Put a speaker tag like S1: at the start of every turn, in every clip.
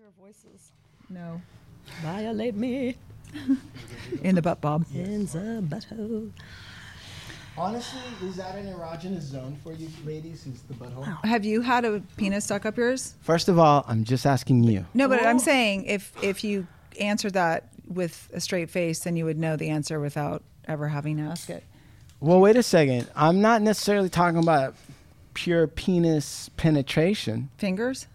S1: their voices.
S2: No.
S1: Violate me
S2: In the butt, Bob.
S1: in the butthole.
S3: Honestly, is that an erogenous zone for you ladies? Is the butthole?
S2: Have you had a penis stuck up yours?
S3: First of all, I'm just asking you.
S2: No, but I'm saying if if you answered that with a straight face, then you would know the answer without ever having to ask it.
S3: Well, wait a second. I'm not necessarily talking about pure penis penetration
S2: Fingers,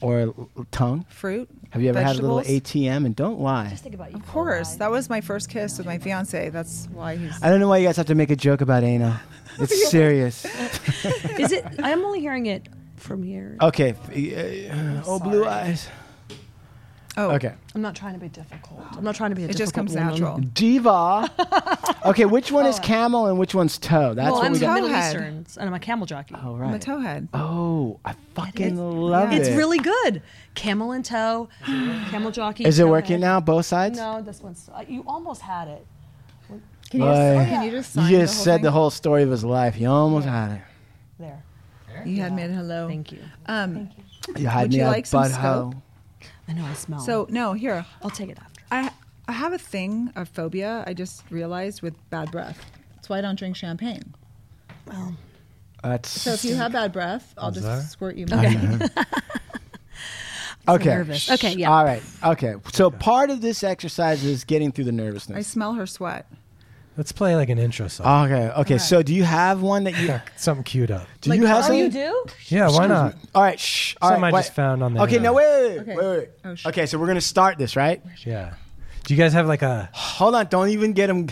S3: or l- tongue.
S2: fruit.
S3: Have you ever
S2: vegetables?
S3: had a little ATM? And don't lie.
S1: Just think about you.
S2: Of course, that was my first kiss with my fiance. That's why he's.
S3: I don't know why you guys have to make a joke about anal. It's serious.
S1: Is it? I'm only hearing it from here.
S3: Okay. uh, oh, blue eyes.
S2: Oh,
S3: Okay.
S1: I'm not trying to be difficult. I'm not trying to be. A
S2: It just
S1: difficult
S2: comes
S1: woman.
S2: natural.
S3: Diva. Okay, which one is camel and which one's toe? That's
S1: Oh. Well,
S3: what
S1: I'm
S3: we got.
S2: got.
S1: Middle
S2: Towhead.
S1: Eastern, and I'm a camel jockey.
S3: All
S2: I'm a
S3: right.
S2: towhead.
S3: Oh, I fucking love it.
S1: It's really good. Camel and toe, camel jockey.
S3: Is it
S1: towhead.
S3: working now? Both sides?
S1: No, this one's. Uh, you almost had it.
S2: Can
S3: you just- Like- can
S2: you just
S3: You just said the whole story of his life. You almost had
S1: There.
S2: You had made hello.
S1: Thank you.
S2: Um,
S3: it. You had
S2: Would
S3: me
S2: you
S3: at
S2: like some
S3: butthole.
S1: I know I smell.
S2: so no, here
S1: I'll take it after.
S2: I I have a thing, a phobia. I just realized with bad breath. That's why I don't drink champagne.
S3: That's
S2: So if you have bad breath, I'll just squirt you.
S3: okay.
S1: nervous. Okay, yeah.
S3: All right. Okay. So part of this exercise is getting through the
S2: I
S3: nervousness.
S2: smell her sweat.
S4: Let's play like an intro song.
S3: Okay. Okay. So do you have one that you
S4: Something queued up.
S3: do you have
S1: Oh,
S3: some?
S1: you do?
S4: Yeah, why not?
S3: All right. Shh. All right.
S4: Something I
S3: wait.
S4: just found on the
S3: Okay.
S4: internet.
S3: No. Wait. Wait. Wait.
S2: Okay.
S3: wait, wait.
S2: Oh, shit.
S3: okay. So we're gonna start this, right?
S4: Yeah. Do you guys have like a?
S3: Hold on. Don't even get him.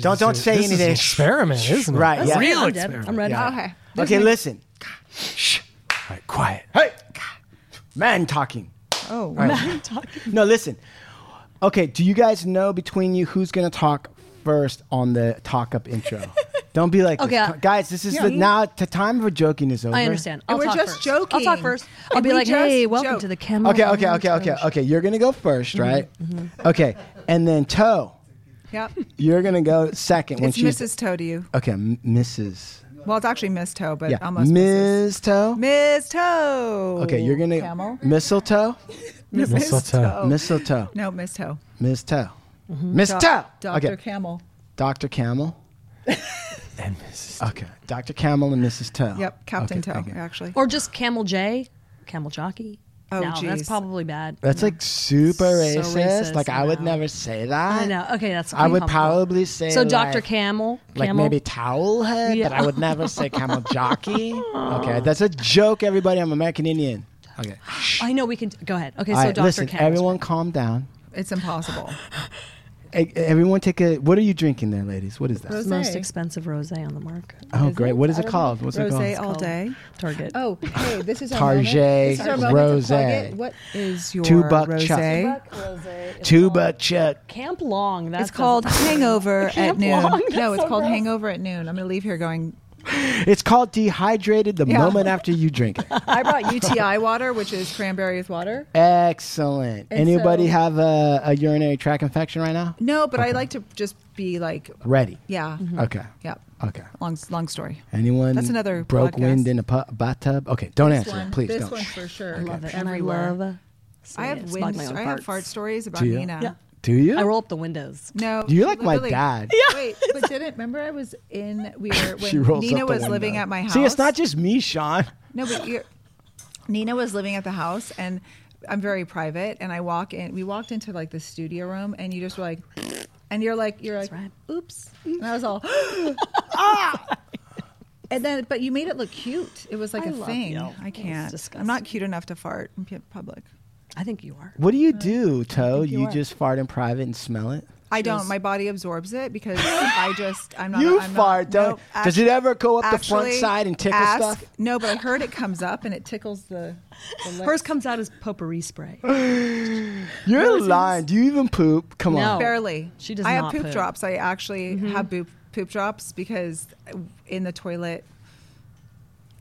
S3: Don't- don't say
S4: this is
S3: anything.
S4: an experiment, isn't it?
S3: Right, yeah.
S4: Real
S1: I'm dead.
S4: experiment.
S1: I'm ready.
S3: Yeah.
S2: Okay.
S3: Okay. Listen.
S4: All right, quiet.
S3: Hey. Man talking.
S2: Oh,
S3: No. Listen. Okay. Do you guys know between you who's gonna talk first on the talk up intro? Don't be like,
S1: Okay,
S3: this.
S1: I-
S3: guys. This is
S2: Yeah.
S3: the now. The time for joking is over.
S1: I understand.
S2: And
S1: I'll
S2: we're
S1: talk
S2: just
S1: first.
S2: joking.
S1: I'll talk first. I'll
S2: And
S1: be
S2: we
S1: like, hey,
S2: just
S1: welcome
S2: joke.
S1: to the camel.
S3: Okay, okay, okay,
S1: lounge."
S3: okay, okay. You're gonna go
S2: Mm-hmm.
S3: first, right? Okay, and then Toe,
S2: Yep.
S3: you're gonna go second when
S2: It's
S3: she's
S2: Mrs. Toe to you.
S3: okay, m- Mrs.
S2: Well, it's actually Miss Toe, but
S3: Yeah,
S2: almost Mrs.
S3: Ms. Toe.
S2: Miss Toe.
S3: Okay, you're gonna
S2: Camel.
S3: mistletoe,
S2: Miss Oh.
S4: Mistletoe.
S3: mistletoe,
S2: No, Miss Toe.
S3: Ms. Toe, Miss Toe.
S2: Doctor
S3: Okay,
S2: Camel.
S3: Doctor Camel.
S4: And Mrs.
S3: Okay, Doctor Camel and Mrs. Toe.
S2: Yep, Captain
S3: Okay,
S2: Toe.
S3: okay.
S2: Actually.
S1: Or just camel J, camel jockey.
S2: Oh,
S1: no,
S2: geez.
S1: that's probably bad.
S3: That's like super racist.
S1: racist,
S3: like I would
S1: no.
S3: never say that.
S1: I know. Okay, that's.
S3: I would
S1: uncomfortable.
S3: probably say
S1: So Dr.
S3: like-
S1: Camel,
S3: like
S1: camel.
S3: maybe towel head, but I would never say camel jockey. Okay, that's a joke, everybody. I'm American Indian. Okay,
S1: I know we can go ahead. Okay,
S3: All
S1: so
S3: right,
S1: Dr.
S3: listen,
S1: Camel.
S3: everyone, calm down.
S2: It's impossible.
S3: E- everyone, take a. What are you drinking there, ladies? What is that?
S2: Rose-
S1: most
S2: Rosé.
S1: expensive rosé on the market.
S3: oh, great. What is it called? What's it
S2: Rosé
S3: called?
S2: all day.
S1: Target.
S2: Oh, hey, this is our moment.
S3: Target,
S2: This is our moment to plug
S3: rosé.
S2: it. What is your
S3: Two buck
S2: rosé?
S3: chuck.
S1: rosé.
S3: Tuba Chuck.
S1: Camp Long. That's
S2: It's called Hangover at
S1: Camp
S2: noon.
S1: Long,
S2: no,
S1: that's
S2: it's
S1: so
S2: called
S1: gross.
S2: Hangover at noon. I'm gonna leave here going.
S3: It's called dehydrated the
S2: Yeah.
S3: moment after you drink it.
S2: I brought UTI water, which is cranberry with water.
S3: Excellent.
S2: And
S3: Anybody
S2: so-
S3: have a, a urinary tract infection right now?
S2: No, but I like to just be like,
S3: Ready.
S2: yeah,
S3: Okay.
S2: yep.
S3: Okay.
S2: Long, long story.
S3: Mm-hmm. Anyone?
S2: Mm-hmm. That's another
S3: broke
S2: podcast.
S3: wind in a pu- bathtub. Okay, don't answer. Please
S2: this
S3: don't.
S2: one for sure.
S1: I love it. And I
S2: Everywhere.
S1: love.
S2: I have
S1: seeing it. Smack
S2: wind.
S1: my own
S2: I have
S1: farts.
S2: fart stories about
S3: Do you?
S2: Nina.
S1: Yeah.
S3: Do you?
S1: I roll up the windows.
S2: No,
S3: You're like my
S2: literally-
S3: dad.
S2: Wait, but didn't remember I was in we were
S3: she
S2: when
S3: rolls
S2: Nina
S3: up the
S2: was living
S3: window.
S2: at my house.
S3: See, it's not just me, Sean.
S2: No, but you're, Nina was living at the house, and I'm very private. And I walk in. We walked into like the studio room, and you just were like, and you're like, you're like,
S1: right.
S2: oops, and I was all, "Ah!" And then, but you made it look cute. It was like
S1: I
S2: a
S1: love
S2: thing.
S1: you.
S2: I
S1: It's
S2: can't. I'm
S1: disgusting.
S2: not cute enough to fart in pu- public.
S1: I think you are.
S3: What do
S2: Uh,
S3: you do, Toe?
S1: think you
S3: You,
S1: are.
S3: just fart in private and smell it?
S2: I don't. My body absorbs it because I just I'm not.
S3: You
S2: I'm Not,
S3: fart, don't- does it ever go up the front
S2: actually,
S3: side and tickle
S2: ask-
S3: stuff?
S2: No, but I heard it comes up and it tickles the. the lips.
S1: Hers comes out as potpourri spray.
S3: You're lying. Do you even poop? Come
S1: No.
S3: on.
S2: Barely.
S1: Oh, She does
S2: I have
S1: not
S2: poop,
S1: poop. Mm-hmm.
S2: drops. I actually have poop poop drops because in the toilet.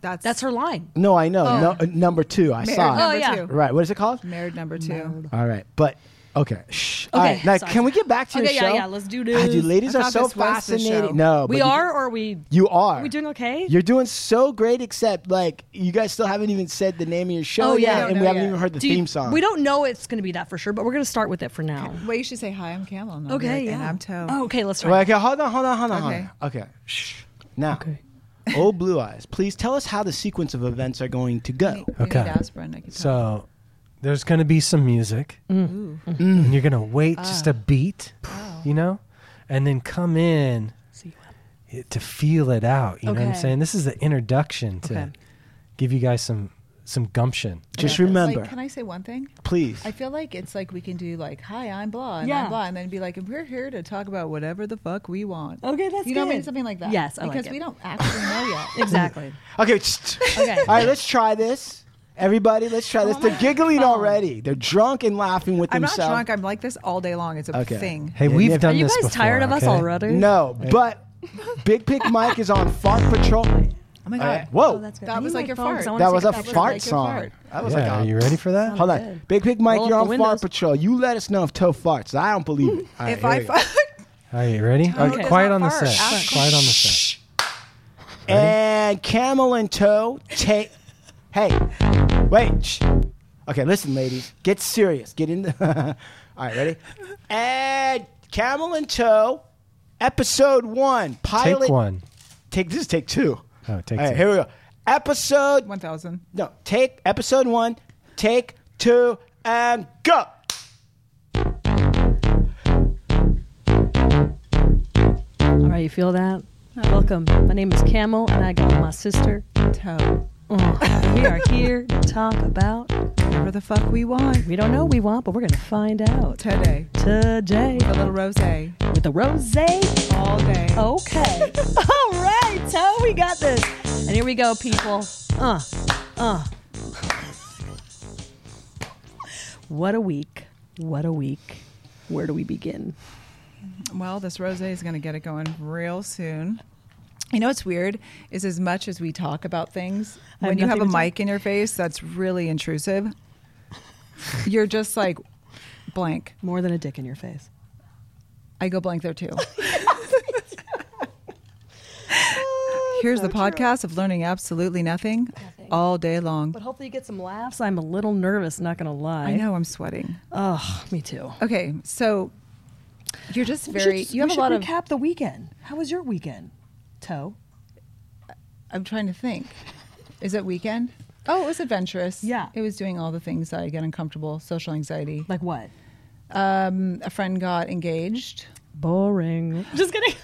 S2: That's
S1: That's her line.
S3: No,
S2: Oh.
S3: I know. No, uh, number two, I
S2: Married
S3: saw
S2: number
S3: it.
S1: Oh, yeah.
S2: two.
S3: Right. What is it called?
S2: Married number two.
S3: All right, but Okay. Shh. All right. Now,
S1: sorry.
S3: can we get back to your
S1: Okay, yeah,
S3: show?
S1: yeah, let's do
S3: Ah,
S1: this.
S3: dude, ladies
S2: I
S3: are
S2: thought
S3: so
S2: this was the show.
S3: fascinating. No,
S1: we
S3: Oh, but you-
S1: are, or we
S3: You are.
S1: we doing okay?
S3: You're doing so great, except like you guys still haven't even said the name of your show
S1: Oh, yeah.
S3: yet,
S1: I don't
S3: and
S2: know
S3: we haven't
S2: yet.
S3: even heard the
S1: Do you-
S3: theme song.
S1: We don't know it's going to be that for sure, but we're going to start with it for now.
S2: Well, you should say hi. I'm Camel. And I'll be
S1: Okay,
S2: like,
S1: yeah.
S2: And I'm Toe.
S1: Oh, okay, let's try.
S3: Well, okay, hold on, hold on, hold on,
S2: Okay.
S3: hold on. Okay. Shh. Now, oh, blue eyes, please tell us how the sequence of events are going to
S2: You
S3: go.
S2: need- you
S4: Okay.
S2: need aspirin. I can tell.
S4: So there's going to be some music.
S3: Mm-hmm.
S1: Mm.
S4: And you're going to
S1: Ah.
S4: wait just a beat, you know, and then come in
S1: See
S4: it- to feel it out. You know what I'm
S1: Okay.
S4: saying? This is the introduction to
S1: Okay.
S4: give you guys some some gumption.
S3: Just
S2: Yeah, it's like-
S3: remember,
S2: can I say one thing?
S3: please.
S2: I feel like it's like we can do like, "Hi, I'm blah," and
S1: Yeah.
S2: I'm blah, and then be like, "We're here to talk about whatever the fuck we want."
S1: Okay, that's
S2: you know what I mean?
S1: good.
S2: Something like that.
S1: Yes, I like
S2: because
S1: it.
S2: we don't actually know yet.
S1: exactly.
S3: okay. Just,
S1: Okay. Oh
S3: All right, let's try this. Everybody, let's try this. They're giggling already. They're drunk and laughing with
S2: I'm not
S3: themselves.
S2: drunk. I'm like this all day long. It's a
S3: Okay.
S2: thing.
S4: Hey,
S3: Yeah,
S4: we've
S3: Nick-
S4: done
S1: Are you
S4: this
S1: guys
S4: before,
S1: tired of us
S4: okay?
S1: already? Oh,
S3: No, but Big Pick Mike is on Fart Patrol.
S2: Oh my god.
S3: Uh, whoa,
S1: Oh, that's good.
S2: That
S1: I
S2: was
S1: need
S2: like
S1: my
S2: your
S1: phone 'cause
S2: fart.
S1: I wanna
S3: that
S1: take
S3: was
S1: a
S3: a
S1: picture.
S3: fart
S2: Like your
S3: song.
S2: fart.
S3: That was like uh,
S4: Yeah,
S3: a
S4: are you ready for that?
S3: Hold on,
S1: Good.
S3: Big Pick Mike,
S1: Roll up
S3: you're
S1: the
S3: on Fart
S1: windows.
S3: Patrol. You let us know if Toe farts. I don't believe it. All right,
S2: If
S3: here
S2: I
S3: we go.
S2: fart,
S4: Are you ready?
S2: Okay. does
S4: Quiet
S2: not
S4: on the
S2: fart.
S4: set.
S2: Ask-
S4: Quiet on the set.
S3: and Camel and Toe take. Hey, wait. shh. Okay, listen, ladies, get serious. Get in. The- All right, ready? And Camel and Toe, episode one, pilot.
S4: Take one.
S3: Take this. Is take two.
S4: Oh, take
S3: All right,
S4: two.
S3: here we go. Episode
S2: one thousand.
S3: no. Take episode one. Take two and go.
S1: All right, you feel that? Welcome. My name is Camel, and I got my sister.
S2: Toe.
S1: Oh, we are here to talk about.
S2: Whatever the fuck we want
S1: We don't know what we want, but we're going to find out
S2: today.
S1: today
S2: A little rosé
S1: with the rose.
S2: all day.
S1: Oh. Okay. All right, Toe, we got this. And here we go, people. Uh, uh. What a week. What a week. Where do we begin?
S2: Well, this rosé is going to get it going real soon. You know what's weird is as much as we talk about things,
S1: I have
S2: when you have a
S1: nothing to
S2: mic in your face, that's really intrusive. You're just like blank.
S1: More than a dick in your face.
S2: I go blank there too. Here's the podcast of learning absolutely nothing, all day long.
S1: But hopefully you get some laughs. I'm a little nervous, not going to lie.
S2: I know I'm sweating.
S1: Oh, me too.
S2: Okay, so you're just very.
S1: we should,
S2: you have
S1: we
S2: a lot
S1: should
S2: of.
S1: recap the weekend. How was your weekend, Toe?
S2: I'm trying to think. Is it weekend? Oh, it was adventurous.
S1: Yeah.
S2: It was doing all the things that I get uncomfortable, social anxiety.
S1: Like what?
S2: Um, a friend got engaged.
S1: Boring. Just kidding.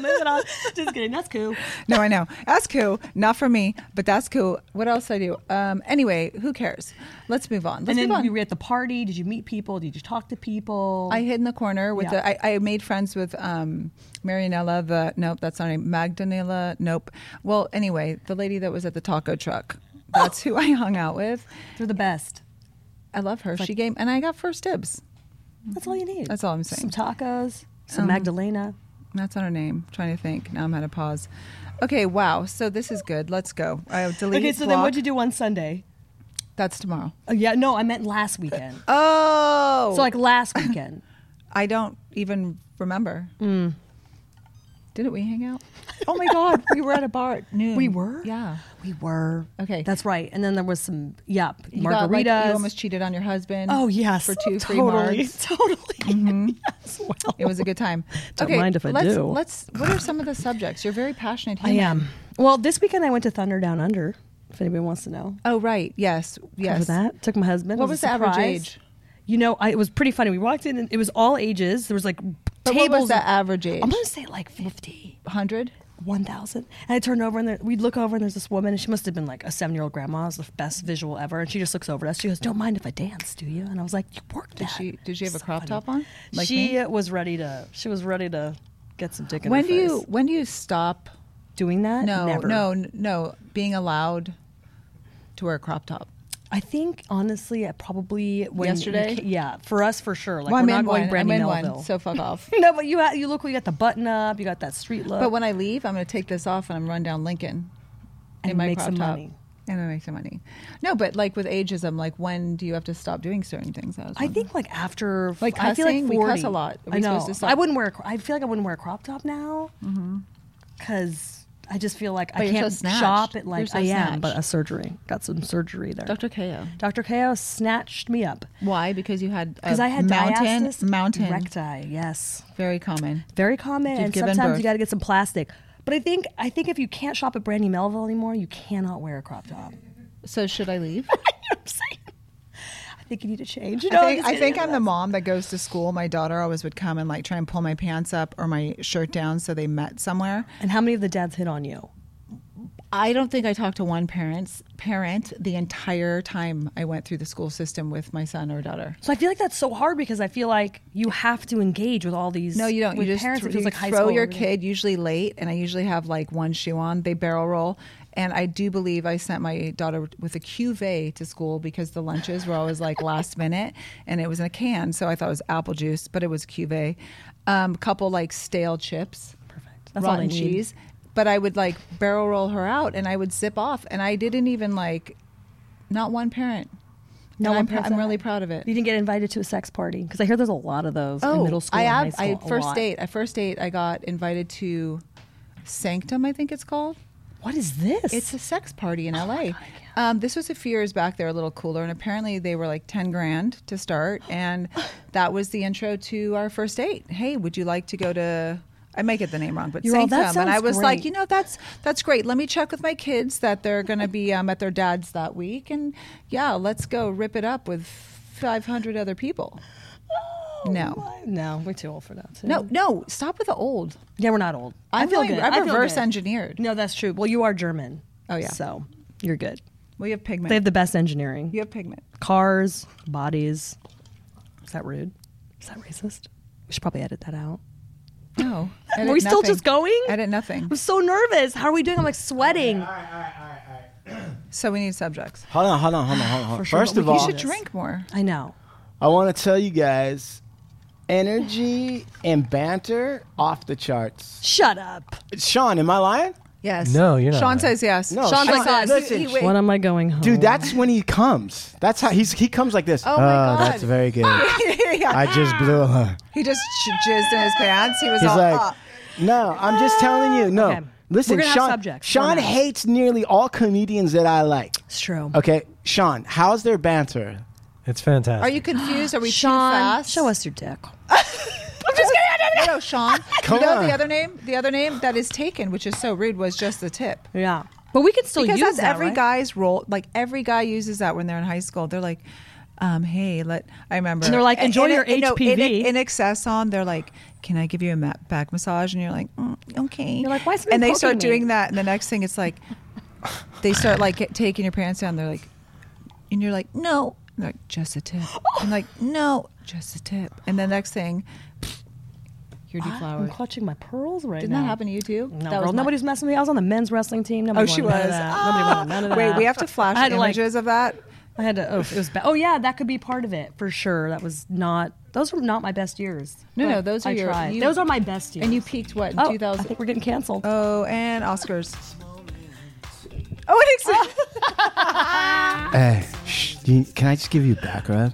S1: Moving on. Just kidding. That's cool.
S2: No, I know. That's cool. Not for me, but that's cool. What else I do? Um, anyway, who cares? Let's move on. Let's
S1: and then
S2: move on.
S1: you were at the party. Did you meet people? Did you talk to people?
S2: I hid in the corner with
S1: Yeah.
S2: the. I, I made friends with um, Marianella. The nope, that's not her name. Magdalena. Nope. Well, anyway, the lady that was at the taco truck. That's who I hung out with.
S1: They're the best.
S2: I love her. she gave, and I got first dibs.
S1: That's all you need.
S2: That's all I'm
S1: Some
S2: saying. Um,
S1: tacos, some Magdalena.
S2: That's not her name. trying to think. Now I'm at a pause. Okay, wow. So this is good. Let's go. I delete.
S1: Okay, so then
S2: block.
S1: what'd you do on Sunday?
S2: That's tomorrow.
S1: Oh, yeah, no, I meant last weekend.
S2: Oh,
S1: so like last weekend.
S2: I don't even remember. Didn't we hang out? Mm. Oh my God, we were at a bar at noon.
S1: We were?
S2: Yeah.
S1: We were.
S2: Okay.
S1: That's right. And then there was some, yep,
S2: You got,
S1: margaritas.
S2: like, you almost cheated on your husband.
S1: oh, yes.
S2: For two free
S1: totally,
S2: marks. Mm-hmm.
S1: Totally. Yes, well.
S2: It was a good time.
S1: Don't
S2: okay,
S1: mind if I
S2: let's,
S1: do.
S2: Let's. What are some of the subjects? You're a very passionate.
S1: I
S2: Human.
S1: am. Well, this weekend I went to Thunder Down Under, if anybody wants to know.
S2: Oh right. Yes. Yes.
S1: Remember that? Took my husband.
S2: What
S1: It
S2: was
S1: a
S2: the average
S1: surprise.
S2: age?
S1: You know, I, it was pretty funny. We walked in and it was all ages. There was like
S2: But
S1: tables.
S2: what was the
S1: of-
S2: average age?
S1: I'm going to say like 50.
S2: Hundred.
S1: 1,000. And I turned over and there, we'd look over and there's this woman and she must have been like a seven year old grandma. It was the best visual ever. And she just looks over at us. She goes, Don't mind if I dance, do you? And I was like, You worked
S2: Did
S1: that."
S2: she- did she have a
S1: So
S2: crop
S1: funny.
S2: top on, like
S1: she
S2: me?
S1: uh, was ready to, she was ready to get some dick in
S2: When
S1: her
S2: do you?
S1: face.
S2: When do you stop?
S1: Doing that?
S2: No,
S1: Uh, Never.
S2: no, n- no. Being allowed to wear a crop top.
S1: I think honestly, I probably when
S2: Yesterday?
S1: yeah, for us for sure. Like
S2: Well,
S1: we're
S2: I'm
S1: not
S2: in
S1: going
S2: one.
S1: Brandy
S2: I'm in
S1: Melville.
S2: one. So fuck off.
S1: no, but you ha- you look you got the button up, you got that street look,
S2: but when I leave, I'm going to take this off and I'm run down Lincoln.
S1: and
S2: in my
S1: make
S2: crop
S1: some
S2: top.
S1: money.
S2: and I make some money. No, but like with ageism, like when do you have to stop doing certain things? That was
S1: I think like after
S2: Like
S1: I feel like
S2: cussing?
S1: 40.
S2: We cuss a lot. Are we
S1: I know.
S2: supposed to stop? Mm-hmm.
S1: I wouldn't wear. A, cro- I feel like I wouldn't wear a crop top now because I just feel like I
S2: But you're so
S1: can't
S2: snatched.
S1: shop at
S2: You're
S1: like
S2: so
S1: I am.
S2: snatched.
S1: But a surgery got some surgery there.
S2: Dr. Ko.
S1: Dr. Ko snatched me up
S2: Why? Because you had
S1: because I had
S2: mountain
S1: diastasis
S2: mountain
S1: recti. Yes,
S2: very common.
S1: very common.
S2: You've
S1: and
S2: given
S1: sometimes
S2: birth.
S1: you got to get some plastic. But I think I think if you can't shop at Brandy Melville anymore, you cannot wear a crop top.
S2: So should I leave?
S1: I'm saying. I think you need to change. You know,
S2: I think,
S1: just
S2: I
S1: get
S2: think
S1: rid of
S2: I'm the mom that goes to school. My daughter always would come and like try and pull my pants up or my shirt down so they met somewhere.
S1: that. And how many of the dads hit on you?
S2: I don't think I talked to one parent's parent the entire time I went through the school system with my son or daughter.
S1: So I feel like that's so hard because I feel like you have to engage with all these.
S2: No, you don't.
S1: With
S2: you just
S1: parents,
S2: thr-
S1: it feels
S2: you
S1: like high
S2: throw
S1: school
S2: your
S1: really-
S2: kid usually late, and I usually have like one shoe on. They barrel roll, and I do believe I sent my daughter with a cuvee to school because the lunches were always like last minute, and it was in a can, so I thought it was apple juice, but it was cuvee. Um, couple like stale chips,
S1: Perfect. That's all
S2: rotten
S1: they need.
S2: cheese. But I would like barrel roll her out, and I would zip off, and I didn't even like, not one parent.
S1: No
S2: And
S1: one
S2: I'm, pr-
S1: parent
S2: I'm
S1: said
S2: really
S1: that.
S2: proud of it.
S1: You didn't get invited to a sex party because I hear there's a lot of those in middle school.
S2: Oh, I
S1: and
S2: have.
S1: high school,
S2: I
S1: a
S2: first
S1: lot.
S2: date. I first date. I got invited to Sanctum. I think it's called.
S1: What is this?
S2: It's a sex party
S1: Oh
S2: in LA. um, this was a few years back. They were a little cooler, and apparently they were like ten grand to start, and that was the intro to our first date. Hey, would you like to go to? I might get the name wrong, but
S1: You're all,
S2: Sanctum.
S1: "That
S2: and I
S1: sounds
S2: was like,
S1: great.
S2: you know, that's that's great. Let me check with my kids that they're going to be um, at their dad's that week, and yeah, let's go rip it up with five hundred other people.
S1: Oh
S2: no.
S1: no, we're too old for that. Too.
S2: No, no, stop with the old.
S1: yeah, we're not old.
S2: I'm
S1: Mm. I feel
S2: like-
S1: good.
S2: I'm
S1: I feel
S2: reverse
S1: good.
S2: engineered.
S1: No, that's true. Well, you are German.
S2: Oh, yeah.
S1: so you're good.
S2: We have pigment.
S1: They have the best engineering.
S2: you have pigment.
S1: Cars, bodies. Is that rude? Is that racist? We should probably edit that out.
S2: No.
S1: Are we still just going?
S2: Edit nothing.
S1: I'm so nervous. How are we doing? I'm like sweating.
S2: So we need subjects.
S3: Hold on, hold on, hold on, hold on.
S1: For sure,
S3: First
S1: but
S3: of
S1: we
S2: You
S1: can-
S3: all,
S2: should
S1: Yes.
S2: drink more.
S1: I know.
S3: I want to tell you guys, energy and banter off the charts.
S1: Shut up.
S3: Sean, am I lying?
S2: Yes.
S4: No, you're not
S2: Sean
S4: right.
S2: says yes.
S3: No,
S2: Sean's
S3: Sean-
S2: like, yes.
S3: listen,
S2: He- he- wait.
S1: What am I going home?
S3: Dude, that's when he comes. That's how he's he comes like this.
S2: Oh my God.
S3: Ah, that's very good. I just blew her.
S2: he just sh- jizzed in his pants. He was
S3: He's
S2: all "Oh."
S3: like,
S2: up.
S3: no, I'm just telling you. No,
S1: Okay.
S3: listen,
S1: We're gonna have
S3: Sean.
S1: subjects.
S3: Sean
S1: We're not.
S3: hates nearly all comedians that I like.
S1: It's true.
S3: Okay, Sean, how's their banter?
S4: It's fantastic.
S2: Are you confused? Are we
S1: Sean,
S2: too fast?
S1: show us your dick.
S2: I'm just kidding. No, Sean.
S3: Come
S2: you know
S3: on.
S2: the other name? The other name that is taken, which is so rude, was just the tip.
S1: Yeah, but we can still
S2: because
S1: use
S2: that's
S1: that,
S2: every
S1: right?
S2: guy's role. Like every guy uses that when they're in high school. They're like, um, "Hey, let." I remember.
S1: And they're like, "Enjoy your
S2: no,
S1: HPV."
S2: in, in excess on, they're like, "Can I give you a ma- back massage?" And you're like, "Mm, "Okay."
S1: You're like, "Why is somebody
S2: And they
S1: poking
S2: start
S1: me?"
S2: doing that, and the next thing, it's like, they start like get- taking your pants down. They're like, and you're like, "No." And they're like, "Just a tip." I'm like, "No, just a tip." And the next thing, you're
S1: I'm
S2: deflowered.
S1: clutching my pearls right
S2: Didn't
S1: now.
S2: that happen to you too?
S1: No,
S2: that
S1: girl,
S2: was not-
S1: nobody's messing with me. I was on the men's wrestling team. Nobody
S2: Oh, she was.
S1: wanted none of that. Nobody wanted none of that.
S2: Wait, we have to flash
S1: I had to, like-
S2: images of that.
S1: I had to. Oh, it was bad. Oh yeah, that could be part of it for sure. That was not. Those were not my best years.
S2: No,
S1: But
S2: no, those are
S1: I
S2: your-
S1: Tried.
S2: you-
S1: those are my best years.
S2: And you peaked what in
S1: Oh,
S2: 2000?
S1: I think we're getting canceled.
S2: Oh, and Oscars. Oh, it exists.
S3: Hey, shh, do Eh, you- can I just give you a back rub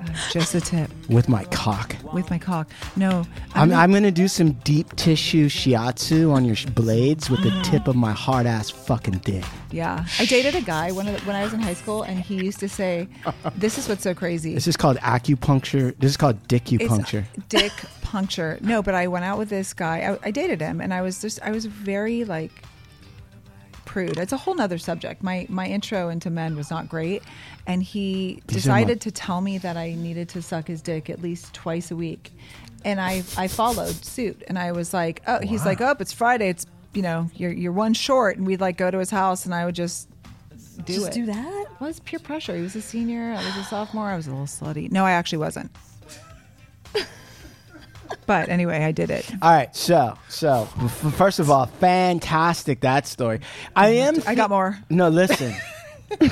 S2: Uh, Just a tip
S3: with my cock?
S2: with my cock. No,
S3: I'm, I'm gonna do some deep tissue shiatsu on your sh- blades with the tip of my hard ass fucking dick.
S2: yeah. I dated a guy when I, when I was in high school, and he used to say, "This is what's so crazy."
S3: This is called acupuncture. This is called dickupuncture.
S2: It's dick puncture. No, but I went out with this guy. I, I dated him, and I was just I was very like prude. It's a whole nother subject. My my intro into men was not great, and he
S3: These are my-
S2: decided to tell me that I needed to suck his dick at least twice a week, and I I followed suit, and I was like, oh, he's like, oh, it's Friday. It's you know, you're you're one short, and we'd like go to his house, and I would just. Do
S1: Just
S2: it.
S1: do that?
S2: Well, it's peer pressure. He was a senior. I was a sophomore. I was a little slutty. No, I actually wasn't. But anyway, I did it.
S3: All right, so so f- first of all, fantastic that story. I am.
S2: I got more.
S3: No, listen.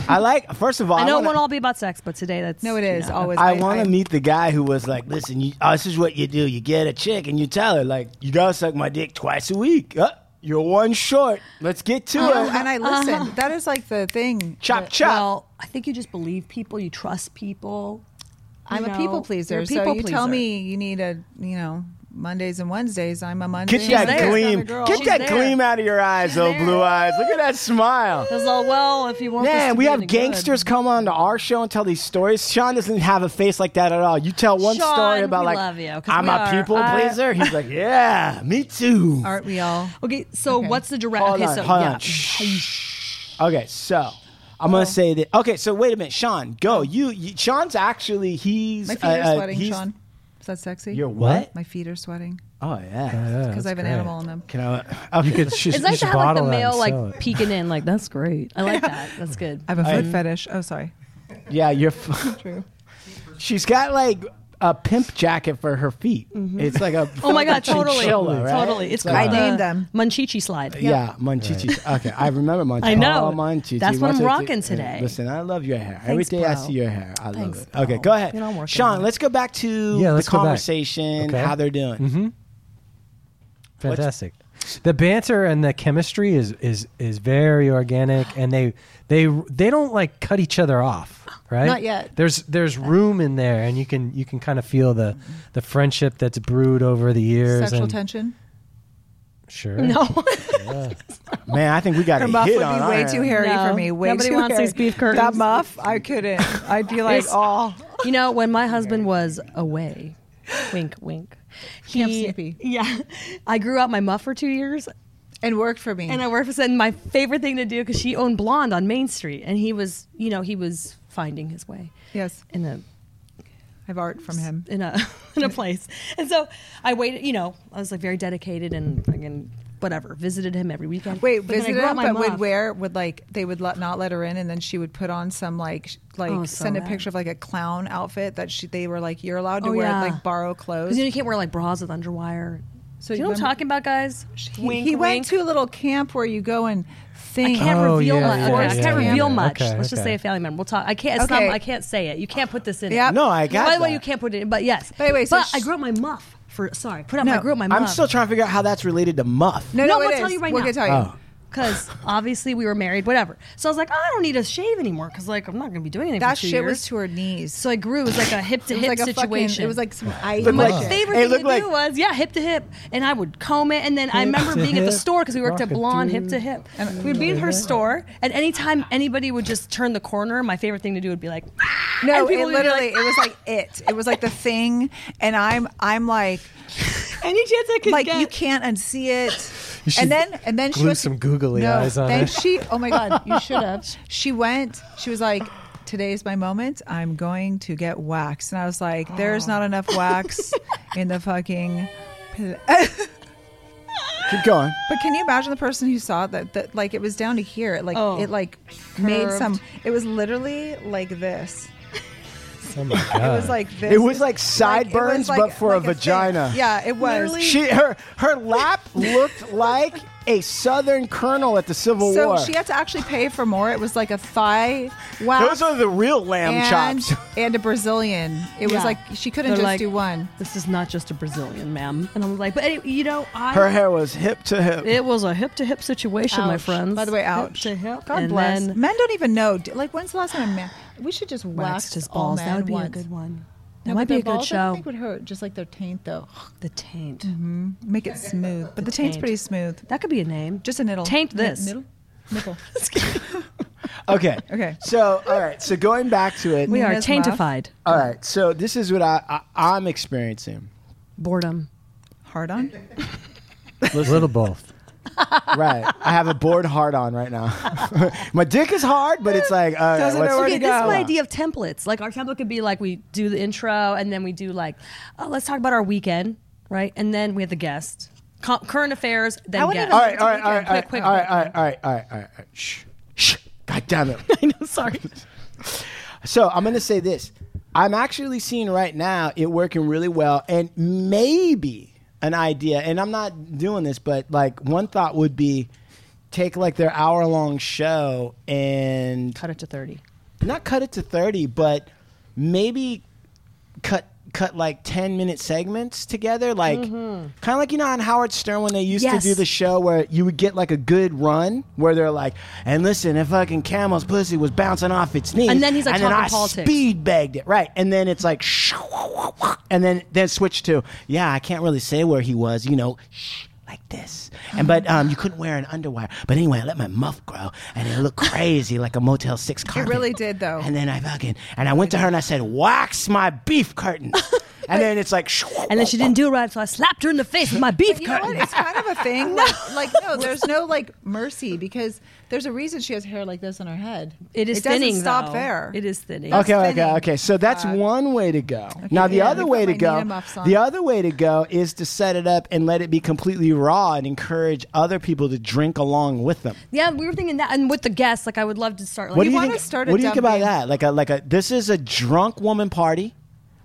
S3: I like. First of all,
S1: I know it
S3: wanna-
S1: won't all be about sex, but today that's
S2: No, it
S1: you
S2: is
S1: know,
S2: always.
S3: I want to meet the guy who was like, "Listen, you, oh, this is what you do. You get a chick and you tell her like, you gotta suck my dick twice a week. Uh, You're one short. Let's get to
S2: Oh,
S3: it.
S2: and I listened. That is like the thing.
S3: chop,
S2: that-
S3: chop.
S1: Well, I think you just believe people. You trust people. you
S2: I'm a
S1: know.
S2: people pleaser.
S1: You're a
S2: so
S1: people
S2: you tell
S1: pleaser.
S2: me you need a, you know, Mondays and Wednesdays. I'm a Monday.
S3: Get
S2: and
S3: that
S2: Wednesday's not a
S3: gleam.
S2: girl.
S3: Get
S1: She's
S3: that
S1: there.
S3: gleam out of your eyes, though,
S1: there.
S3: blue eyes. Look at that smile.
S1: It was all well if you want. this
S3: Man,
S1: to
S3: we
S1: be
S3: have
S1: any good.
S3: gangsters come on to our show and tell these stories. Sean doesn't have a face like that at all. You tell one
S1: Sean,
S3: story about
S1: we
S3: like
S1: love you, 'cause
S3: I'm
S1: we
S3: a
S1: are.
S3: people
S1: I-
S3: pleaser. He's like, yeah, me too.
S2: Aren't we all?
S1: Okay, so
S2: Okay.
S1: what's the direct?
S3: Hold
S1: Okay,
S3: on,
S1: so
S3: hold
S1: yeah.
S3: on. Shh. Okay, so I'm gonna say that. Okay, so wait a minute, Sean.
S1: Oh.
S3: Go. You, you Sean's actually he's
S2: My feet are
S3: uh, uh,
S2: sweating,
S3: he's-
S2: Sean. Is that sexy?
S3: You're what?
S2: My feet are sweating
S3: Oh yeah.
S2: because I have an animal in them.
S3: Can I? Okay.
S4: You could just,
S1: It's nice
S4: just
S1: to have like the
S4: bottle that and
S1: male
S4: sell
S1: like
S4: it.
S1: peeking in. Like that's great. I like that. That's good.
S2: I have a foot fetish. Oh, sorry.
S3: Yeah, you're. F-
S2: True.
S3: She's got like a pimp jacket for her feet. It's like a.
S1: Oh my god!
S3: like a
S1: Totally,
S3: chinchilla, right?
S1: totally. It's
S3: like-
S1: called
S2: I named
S1: the
S2: them.
S1: Munchichi slide.
S3: Yeah, Munchichi. Okay, I remember Munchichi.
S1: I know.
S3: Oh, Munchichi.
S1: That's what I'm
S3: Munchichi.
S1: rocking today.
S3: Listen, I love your hair. Every
S1: Thanks,
S3: day I
S1: bro.
S3: see your hair. I
S1: Thanks,
S3: love it. Okay,
S1: bro.
S3: go ahead.
S1: You know, I'm working on
S3: Sean,
S1: it.
S3: let's go back to
S4: Yeah,
S3: the
S4: let's go back.
S3: conversation,
S4: Okay. Mm-hmm.
S3: how they're doing.
S4: Fantastic. The banter and the chemistry is is is very organic, and they they they don't like cut each other off, right?
S2: Not yet.
S4: There's there's room in there, and you can you can kind of feel the the friendship that's brewed over the years.
S2: Sexual
S4: and-
S2: tension.
S4: Sure.
S1: No,
S3: Man, I think we got a
S2: Her muff would
S3: hit
S2: be
S3: on
S2: way
S3: our-
S2: too hairy
S1: No.
S2: for me. Way
S1: Nobody
S2: too
S1: wants
S2: hairy.
S1: these beef curtains.
S2: That muff, I couldn't. I'd be like,
S1: It's-
S2: oh.
S1: you know when my husband was away, wink, wink.
S2: Camp
S1: he-
S2: Snoopy.
S1: Yeah, I grew out my muff for two years,
S2: And worked for me.
S1: and I worked for. And my favorite thing to do because she owned Blonde on Main Street, and he was, you know, he was finding his way
S2: yes,
S1: in a
S2: I have art from him.
S1: in a in a place. And so I waited. You know, I was like very dedicated and again, whatever. Visited him every weekend.
S2: Wait,
S1: But then I
S2: visited
S1: grew out
S2: him,
S1: my
S2: but would
S1: muff.
S2: wear would like they would let, not let her in, and then she would put on some like sh- like
S1: Oh, so
S2: send a
S1: bad.
S2: picture of like a clown outfit that she they were like you're allowed to
S1: Oh,
S2: wear
S1: yeah.
S2: like borrow
S1: 'Cause,
S2: clothes.
S1: you know you can't wear like bras with underwire. So
S2: you
S1: you know what I'm
S2: remember-
S1: talking about, guys.
S2: He, he went to a little camp where you go and
S1: I
S2: think.
S1: can't
S4: Oh,
S1: reveal
S4: yeah,
S1: much.
S4: yeah,
S1: Okay, I
S2: yeah,
S1: can't
S2: yeah,
S1: reveal
S4: yeah.
S1: much.
S4: Okay,
S1: Let's just
S4: okay.
S1: say a family member. We'll talk. I can't. It's
S2: Okay.
S1: not, I can't say it. You can't put this in.
S2: Yep.
S1: it.
S3: No, I got
S1: By the way,
S3: that.
S1: you can't put it in. But yes.
S2: But anyway, so
S1: but
S2: sh-
S1: I grew up my muff for. Sorry, put up.
S2: No,
S1: I grew up my muff.
S3: I'm still trying to figure out how that's related to Muff. Oh,
S2: No,
S1: No,
S2: no,
S1: we'll
S2: it
S1: tell
S2: is.
S1: you right
S2: we're
S1: now. Oh.
S2: gonna tell you.
S1: Because obviously we were married, whatever. So I was like, oh, I don't need to shave anymore because like I'm not going to be doing anything.
S2: That
S1: for two
S2: shit was
S1: years.
S2: to her knees.
S1: So I grew. It was like a hip to
S2: it was
S1: hip
S2: like a
S1: situation.
S2: fucking. It was like some ice.
S3: Looked
S1: my
S3: like-
S1: favorite
S3: it
S1: thing
S3: looked
S1: to
S3: like-
S1: do was yeah, hip to hip, and I would comb it. And then I
S4: Hip
S1: remember
S4: to
S1: being at the
S4: hip,
S1: store because we worked at
S4: rock it
S1: Blonde,
S4: through.
S1: hip to hip. We'd be in her store, and anytime anybody would just turn the corner, my favorite thing to do would be like, "Ah,"
S2: No,
S1: and
S2: it
S1: people would be
S2: literally
S1: like,
S2: it was like it. It was like the thing, and I'm I'm like
S1: any chance I could
S2: like
S1: get.
S2: you can't unsee it.
S4: You should
S2: and then and then she
S4: glue
S2: went to-
S4: some googly
S2: no,
S4: eyes on
S2: then
S4: it.
S2: She oh my god, you should have. She went. She was like, "Today is my moment. I'm going to get wax." And I was like, "There's not enough wax in the fucking." pl-
S3: Keep going.
S2: But can you imagine the person who saw that? That like it was down to here. It, like
S1: Oh.
S2: it like made
S1: Curved.
S2: some. It was literally like this.
S4: Oh my
S2: It
S1: Uh,
S4: god.
S2: was like this.
S3: It was like
S2: Like, it was
S3: sideburns,
S2: like-
S3: but for
S2: like
S3: a
S2: thing.
S3: vagina.
S2: Yeah, it was.
S1: Literally-
S3: She her her lap looked like a Southern colonel at the Civil
S2: So
S3: War.
S2: she had to actually pay for more. It was like a thigh wow
S3: Those are the real lamb
S2: and,
S3: chops.
S2: and a Brazilian. It was
S1: Yeah.
S2: like she couldn't
S1: They're
S2: just
S1: like,
S2: do one.
S1: This is not just a Brazilian, ma'am. And I'm like, but anyway, you know, I
S3: Her hair was hip to hip.
S1: It was a hip to hip situation, my
S2: Ouch.
S1: friends.
S2: By the way,
S1: out
S2: out.
S1: to hip.
S2: God
S1: and
S2: bless.
S1: Then
S2: men don't even know. D- Like, when's the last time a man? We should just wax
S1: waxed his
S2: all
S1: balls.
S2: men
S1: That would be
S2: once.
S1: a good one. That
S2: No, but
S1: might be
S2: their
S1: a good
S2: balls, I don't
S1: show.
S2: think would Mm-hmm. hurt. Just like their taint, though.
S1: The taint.
S2: Make it smooth. But the, taint's
S1: taint.
S2: pretty smooth.
S1: That could be a name.
S2: Just a niddle.
S1: Taint
S2: Ni-
S1: this.
S2: Niddle? Nipple.
S3: Okay.
S2: Okay.
S3: So, all right. So going back to it.
S1: we are
S2: Nina's muff.
S1: taintified.
S3: all right. So this is what I, I I'm experiencing.
S1: Boredom.
S2: Hard on.
S4: a little both.
S3: Right. I have a bored hard on right now. My dick is hard, but it's like all right,
S2: Doesn't know
S3: what's-
S2: where to
S1: Okay,
S2: Where'd it
S1: this is
S2: go?
S1: my idea of templates. Like our template could be like we do the intro and then we do like, oh, let's talk about our weekend, right? And then we have the guest, Co- current affairs,
S2: I
S1: then
S2: wouldn't
S1: guest.
S2: even-
S3: All right. All right. All right. All
S1: Quick,
S3: right.
S1: quick,
S3: all right.
S1: quick.
S3: All right. All right. All right. All right. all right. Shh. Shh. God damn it.
S1: I know, sorry.
S3: So I'm gonna say this. I'm actually seeing right now it working really well, and maybe an idea. And I'm not doing this, but like one thought would be take like their hour long show and
S1: Cut it to 30.
S3: not cut it to 30 but maybe cut cut like 10 minute segments together like kind of like you know on howard stern when they used
S1: Yes.
S3: to do the show where you would get like a good run where they're like and listen if fucking camel's pussy was bouncing off its knees
S1: And then he's, like,
S3: and then
S1: talking
S3: i
S1: politics."
S3: speed bagged it right and then it's like and then then switch to yeah i can't really say where he was you know like this and but um, you couldn't wear an underwire but anyway i let my muff grow and it looked crazy like a motel 6 carpet
S2: really did, though.
S3: and then I fucking and I went to her and I said, "Wax my beef curtain," and then it's like,
S1: And then she didn't do it right, so I slapped her in the face with my beef
S2: You know
S1: curtain.
S2: what? It's kind of a thing. Like, like, no, there's no like mercy because there's a reason she has hair like this on her head.
S1: It is
S2: it doesn't
S1: thinning.
S2: Stop
S1: though.
S2: there.
S1: It is thinning.
S3: Okay, okay,
S2: spinning.
S3: okay. So that's one way to go. now the
S2: yeah,
S3: other
S2: we
S3: way to
S2: put my
S3: go,
S2: Nina Muffs on.
S3: the other way to go is to set it up and let it be completely raw and encourage other people to drink along with them.
S1: Yeah, we were thinking that, and with the guests, like I would love to start. Like,
S3: What do you
S2: wanna
S3: think?
S2: start a
S3: what do you think
S2: dumb
S3: about
S2: game.
S3: that? Like a like a this is a drunk woman party.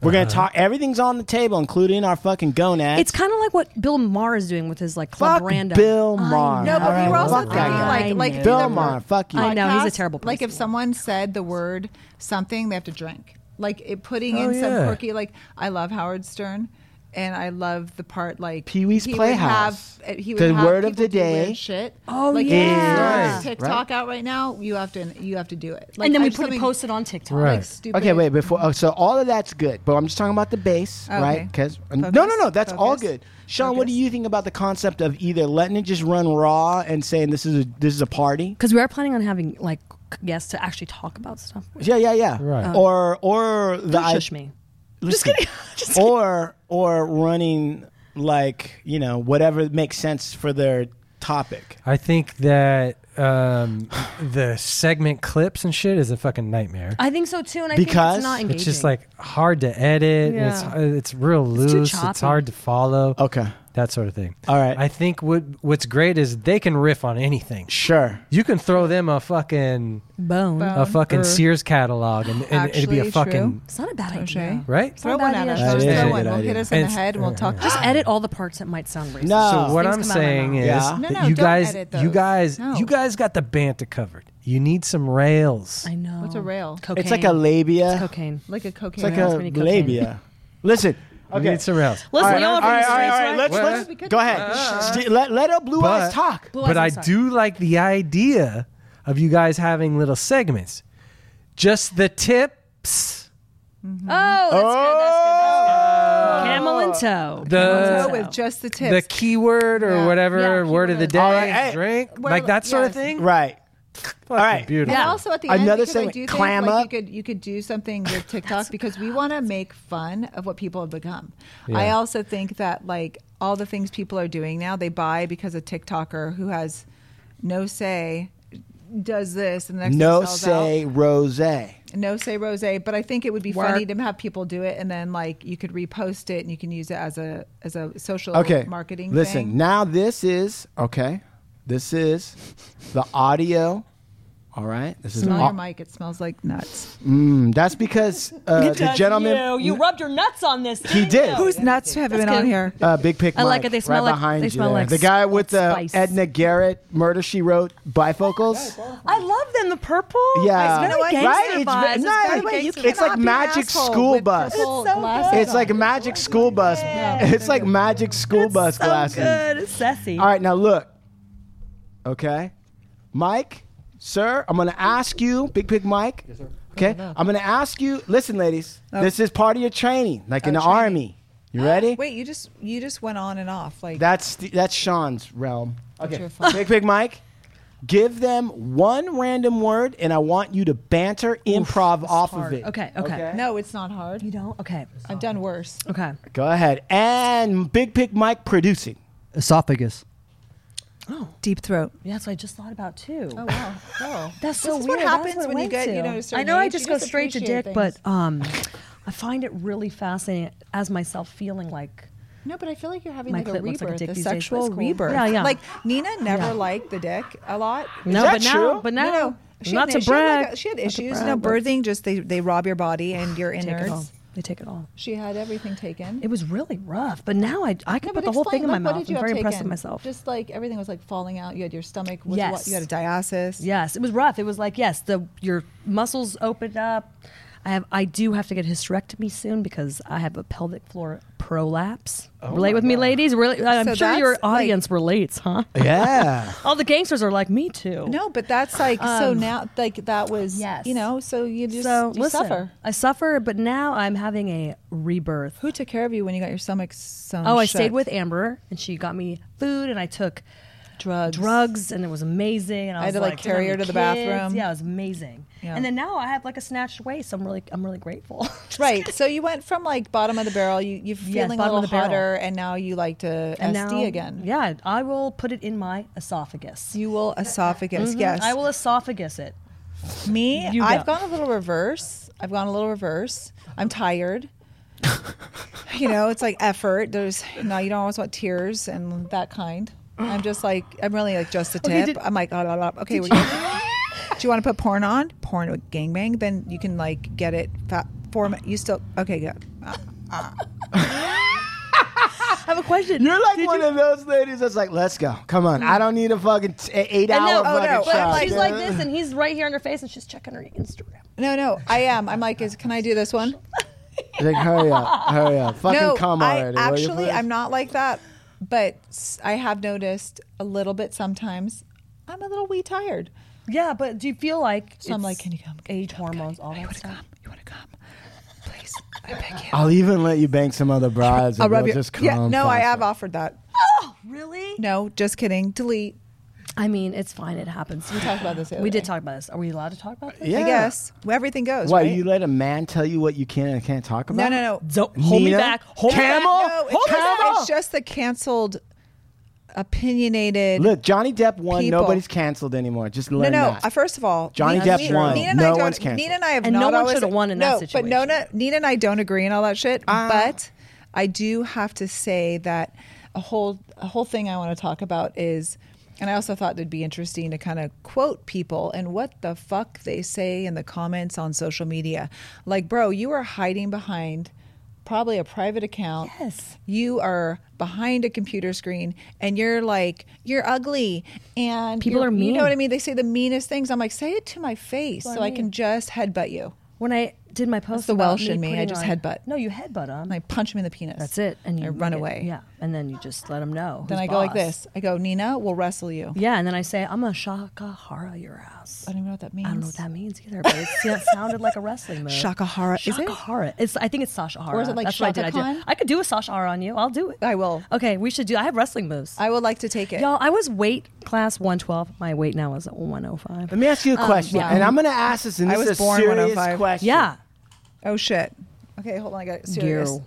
S3: We're gonna talk. Everything's on the table, including our fucking gonads.
S1: It's kind of like what Bill Maher is doing with his like Club
S3: fuck
S1: Random.
S3: Bill Maher.
S2: No, but
S3: All right,
S2: we were also
S3: fuck
S2: thinking
S3: that
S1: I
S3: guy.
S2: like like
S1: know.
S2: through
S1: Bill
S2: the
S3: Maher,
S2: word
S3: fuck you. I
S1: know, he's a
S2: podcast,
S1: terrible
S2: Like if
S1: person.
S2: someone said the word something, they have to drink. Like it, putting
S4: Oh,
S2: in some
S4: yeah.
S2: quirky. Like I love Howard Stern, and I love the part like
S3: Pee Wee's
S2: he would
S3: Playhouse.
S2: have- uh, he would
S3: The
S2: have
S3: word of
S2: people
S3: the
S2: do weird
S3: day
S2: Shit.
S1: Oh,
S2: like,
S1: yeah.
S2: if
S4: Right.
S2: there's a TikTok out right now. You have to you have to do it. Like,
S1: and then
S2: I
S1: we
S2: just
S1: put it
S2: something
S1: posted on TikTok.
S4: Right.
S2: Like, stupid.
S3: Okay, wait. Before, oh, so all of that's good, but I'm just talking about the base,
S2: Okay.
S3: right? Because no,
S2: Focus,
S3: no, no, that's all
S2: focus,
S3: good. Sean, what
S2: focus.
S3: do you think about the concept of either letting it just run raw and saying this is a this is a party?
S1: Because we are planning on having like guests to actually talk about stuff.
S3: Yeah, yeah, yeah.
S4: Right.
S2: Oh.
S4: Um,
S3: Or or the
S1: Don't shush me.
S3: just kidding. or or running like you know whatever makes sense for their topic.
S4: I think that um, the segment clips and shit is a fucking nightmare.
S1: I think so too, and I think
S3: Because
S1: it's not engaging.
S4: It's just like hard to edit. and It's
S1: Yeah.
S4: it's real
S1: It's too
S4: loose. It's,
S1: choppy.
S4: hard to follow.
S3: Okay,
S4: That sort of thing.
S3: All Uh, right.
S4: I think what what's great is they can riff on anything.
S3: sure.
S4: You can throw them a fucking
S1: bone.
S2: Bone.
S4: a fucking
S2: Or-
S4: Sears catalog, and, and it'd be a
S2: Actually,
S4: fucking
S2: true.
S1: It's not a bad
S2: Touche.
S1: idea.
S4: right.
S2: Throw
S1: Not
S2: one
S1: a
S2: at
S1: bad
S2: us. Just
S1: idea.
S3: That is a
S2: Throw one.
S3: good
S2: We'll hit
S3: idea.
S2: us in the
S4: It's-
S2: head. and We'll talk.
S1: Just edit all the parts that might sound racist.
S3: No.
S4: So what
S1: Things come
S4: I'm
S1: out of my
S4: saying
S1: mouth.
S4: is,
S3: Yeah.
S2: No,
S4: that
S2: no,
S4: you
S2: don't
S4: guys,
S2: edit
S4: you
S2: those.
S4: guys,
S2: No.
S4: you guys got the banter covered. You need some rails.
S1: I know.
S2: What's a rail?
S1: Cocaine.
S3: It's like a labia. It's,
S1: cocaine.
S2: like a cocaine.
S3: like
S1: Yeah,
S3: a
S1: it's really cocaine.
S3: labia. Listen.
S4: You
S3: Okay.
S4: need some rails.
S1: Listen, y'all are
S3: all
S1: from the
S3: right, all right, all
S1: streets,
S3: right. Let's,
S4: What?
S3: let's
S2: We could-
S3: go ahead. Sh- let let up blue eyes talk.
S1: Blue
S4: but
S1: eyes, I'm
S4: I
S1: sorry.
S4: do like the idea of you guys having little segments. Just the tips,
S1: Oh, that's good. That's good. That's good.
S3: Oh.
S1: Camel and toe.
S4: the
S3: uh,
S1: Camel and
S2: with
S1: toe.
S2: just the
S4: the
S2: tips.
S4: keyword or
S2: Yeah.
S4: whatever
S1: Yeah,
S4: word of the
S2: keyword.
S4: day,
S3: All right, hey.
S4: drink,
S2: Where-
S4: like that sort of
S2: yes.
S4: thing.
S3: Right.
S4: Fucking
S3: right.
S4: beautiful.
S2: And also at the
S3: Another
S2: end, because I
S3: segment,
S2: do think,
S3: clam
S2: like,
S3: up.
S2: You could you could do something with TikTok because we want to make fun of what people have become. I
S4: Yeah.
S2: also think that like all the things people are doing now, they buy because a TikToker who has no say does this and the next
S3: No
S2: thing sells
S3: say rose.
S2: out. no say rose. But I think it would be
S1: Work.
S2: funny to have people do it and then like you could repost it and you can use it as a as a social
S3: Okay.
S2: marketing.
S3: Listen,
S2: thing.
S3: now this is okay. This is the audio. All right. This is
S2: smell Oh, your
S3: au-
S2: mic. It smells like nuts.
S3: mm, that's because uh, the gentleman
S1: rubbed your nuts on this.
S3: he did.
S2: Whose nuts have been
S1: good.
S2: on here?
S3: uh, Big Pick
S1: I like
S3: Mike,
S1: it. They smell
S3: right
S1: like-
S3: behind
S1: they
S3: you
S1: smell
S3: there.
S1: like
S3: the guy with the
S1: spice.
S3: Edna Garrett murder she wrote bifocals.
S1: I love them. The purple.
S3: Yeah.
S1: It's
S3: You know
S1: very
S3: what?
S1: gangster
S3: Right? It's
S1: vibes.
S3: ve-
S1: It's
S3: no,
S1: very
S3: wait, you
S1: gangster.
S3: can't- It's like
S2: Cannot be an
S3: Magic
S2: asshole
S3: School
S2: with
S3: Bus.
S2: purple
S1: It's so
S2: glasses
S1: good.
S3: It's like
S2: on.
S3: magic school bus. It's like magic school bus
S1: so
S3: glasses. Uh,
S1: good. It's sassy.
S3: All right, now look. Okay. Mike, sir, I'm going to ask you, Big Pig Mike. Yes, sir. Okay. I'm going to ask you, listen, ladies, this is part of your training, like in the
S2: training.
S3: army. You ready?
S2: Wait, you just you just went on and off like
S3: That's, the, that's Sean's realm. Okay.
S2: your fault.
S3: Big Pig Mike, give them one random word, and I want you to banter improv off
S1: hard.
S3: of it.
S1: Okay, okay.
S2: No, it's not hard.
S1: You don't? Okay.
S2: I've done worse.
S1: Okay.
S3: Go ahead. And Big Pig Mike producing.
S5: Esophagus.
S2: Deep throat.
S1: Yeah, that's what I just thought about too.
S2: Oh wow. Oh.
S1: That's so
S2: This is
S1: weird.
S2: what
S1: That's
S2: happens
S1: it
S2: when you
S1: went
S2: get, you
S1: to.
S2: know, a certain
S1: I know I
S2: age,
S1: just
S2: you
S1: go
S2: just
S1: straight to dick,
S2: appreciate
S1: but um, I find it really fascinating as myself feeling like
S2: No, but I feel like you're having
S1: My
S2: like a
S1: clit
S2: rebirth,
S1: looks like a dick
S2: the
S1: these days, but it's
S2: sexual
S1: cool.
S2: rebirth.
S1: Yeah, yeah.
S2: Like Nina never
S1: Yeah.
S2: liked the dick a lot.
S1: no,
S3: that
S1: but now,
S3: true?
S1: but
S2: No,
S1: now,
S2: no. She
S1: not
S2: had,
S1: to
S2: she had, like,
S1: brag.
S2: a- she had
S1: Not to
S2: issues.
S1: brag,
S2: No,
S1: but
S2: birthing just they they rob your body and your
S1: Take it all.
S2: innards.
S1: They take it all.
S2: She had everything taken.
S1: It was really rough, but now I I can
S2: No, but
S1: put the whole
S2: explain,
S1: thing in my
S2: like, what
S1: mouth.
S2: did you
S1: I'm
S2: have
S1: very impressed with
S2: taken?
S1: myself.
S2: Just like everything was like falling out. You had your stomach. Was
S1: Yes.
S2: what, you had a diasis.
S1: yes, it was rough. It was like yes, the your muscles opened up. I have I do have to get a hysterectomy soon because I have a pelvic floor prolapse.
S3: Oh
S1: Relate with me, ladies. Really, I'm
S2: So
S1: sure your
S2: that's, like-
S1: audience relates, huh?
S3: Yeah.
S1: All the gangsters are like me too.
S2: No, but that's like so now. Like that was
S1: Yes.
S2: you know. So you just
S1: so
S2: you
S1: listen,
S2: suffer.
S1: I suffer, but now I'm having a rebirth.
S2: Who took care of you when you got your stomach? Some
S1: Oh, I stayed with Amber, and she got me food, and I took
S2: drugs.
S1: drugs, and it was amazing. And I,
S2: I had to,
S1: was
S2: like,
S1: "Did have
S2: carry her
S1: any
S2: to the
S1: kids?"
S2: bathroom.
S1: Yeah, it was amazing.
S2: Yeah.
S1: And then now I have like a snatched waist. I'm really, I'm really grateful.
S2: Right. So you went from like bottom of the barrel. You you're
S1: Yes,
S2: feeling a
S1: bottom
S2: little
S1: of the barrel.
S2: hotter, and now you like to
S1: And
S2: SD
S1: now-
S2: again.
S1: Yeah, I will put it in my esophagus.
S2: You will esophagus. Yes.
S1: I will esophagus it.
S2: Me,
S1: You
S2: I've
S1: go.
S2: gone a little reverse. I've gone a little reverse. I'm tired. you know, it's like effort. There's no, you don't always want tears and that kind. I'm just like, I'm really like just a tip.
S1: did-
S2: I'm like, oh, oh, oh, okay, we're good. do you want to put porn on? Porn with gangbang? Then you can like get it fa- form. You still okay? Good.
S1: I have a question.
S3: You're like one of those ladies that's like, let's go. Come on. I don't need a fucking t- eight
S1: And no,
S3: hour fucking
S2: no,
S1: but
S3: shot.
S1: she's like this, and he's right here on her face, and she's checking her Instagram.
S2: No, no, I am. I'm like, is, can I do this one?
S3: She's like, hurry up. Hurry up. Fucking
S2: no,
S3: come
S2: I
S3: already. will you
S2: actually
S3: please?
S2: I'm not like that, but s- I have noticed a little bit sometimes. I'm a little wee tired.
S1: Yeah, but do you feel like?
S2: So I'm
S1: it's
S2: like, can you come? Can you
S1: Age
S2: come? Can
S1: hormones,
S2: you-
S1: all
S2: Oh, you
S1: that
S2: wanna
S1: stuff.
S2: Come? You want to come? Please, I beg you.
S3: I'll even let you bank some other brides. and we'll just come
S2: yeah, no, I
S3: faster.
S2: have offered that.
S1: Really?
S2: No, just kidding. Delete.
S1: I mean, it's fine. It happens.
S2: We talked about this. the other
S1: We did
S2: day.
S1: talk about this. Are we allowed to talk about this?
S3: Yeah.
S2: I guess Well, everything goes.
S3: Why
S2: right?
S3: you let a man tell you what you can and can't talk
S2: no,
S3: about?
S2: no, no.
S1: Don't hold me
S3: Nina?
S1: back. Hold
S3: Camel?
S1: me back.
S2: No, it's,
S3: Come
S2: just,
S3: on.
S2: it's just the canceled, opinionated.
S3: Look, Johnny Depp won.
S2: People.
S3: Nobody's canceled anymore. Just
S2: No,
S3: learn
S2: no.
S3: that.
S2: Uh, first of all,
S3: Johnny
S2: Nina-
S3: Depp
S2: Nina-
S3: won.
S2: Nina and
S3: No
S2: I don't-
S3: one's canceled.
S2: Nina and I have
S1: And no
S2: not
S1: one
S2: always
S1: should've won in
S2: no,
S1: that
S2: But
S1: situation.
S2: Nona, Nina and I don't agree on all that shit.
S3: Ah.
S2: but I do have to say that a whole a whole thing I want to talk about is. And I also thought it'd be interesting to kind of quote people and what the fuck they say in the comments on social media. Like, bro, you are hiding behind probably a private account.
S1: Yes.
S2: You are behind a computer screen and you're like, you're ugly and
S1: People
S2: you're-
S1: are
S2: You know
S1: mean.
S2: what I mean? They say the meanest things. I'm like, say it to my face so I can just headbutt you.
S1: When I did my post,
S2: the
S1: about
S2: Welsh in me. I
S1: putting
S2: just
S1: on-
S2: headbutt.
S1: No, you headbutt him.
S2: And I punch him in the penis.
S1: That's it, and you
S2: I run
S1: make it-
S2: away.
S1: Yeah, and then you just let him know.
S2: Then
S1: who's
S2: I go like
S1: boss.
S2: this. I go, Nina, we'll wrestle you.
S1: Yeah, and then I say, I'm gonna shakahara your ass.
S2: I don't even know what that means.
S1: I don't know what that means either, but it yeah, it sounded like a wrestling move.
S2: Shakahara. Is it?
S1: Shakahara. It's I think it's Sasha Hara.
S2: Or is it like
S1: That's what I did. I,
S2: Shaka
S1: did.
S2: Khan?
S1: I could do a Sasha Hara on you. I'll do it.
S2: I will.
S1: Okay, we should do. I have wrestling moves.
S2: I would like to take it.
S1: Y'all, I was weight class 112. My weight now is 105.
S3: Let me ask you a question,
S2: um, yeah.
S3: and I'm going to ask this, and
S2: I
S3: this
S2: was
S3: is a
S2: born
S3: serious
S2: 105.
S3: question.
S1: Yeah.
S2: Oh, shit. Okay, hold on. I got it. serious.
S1: Girl.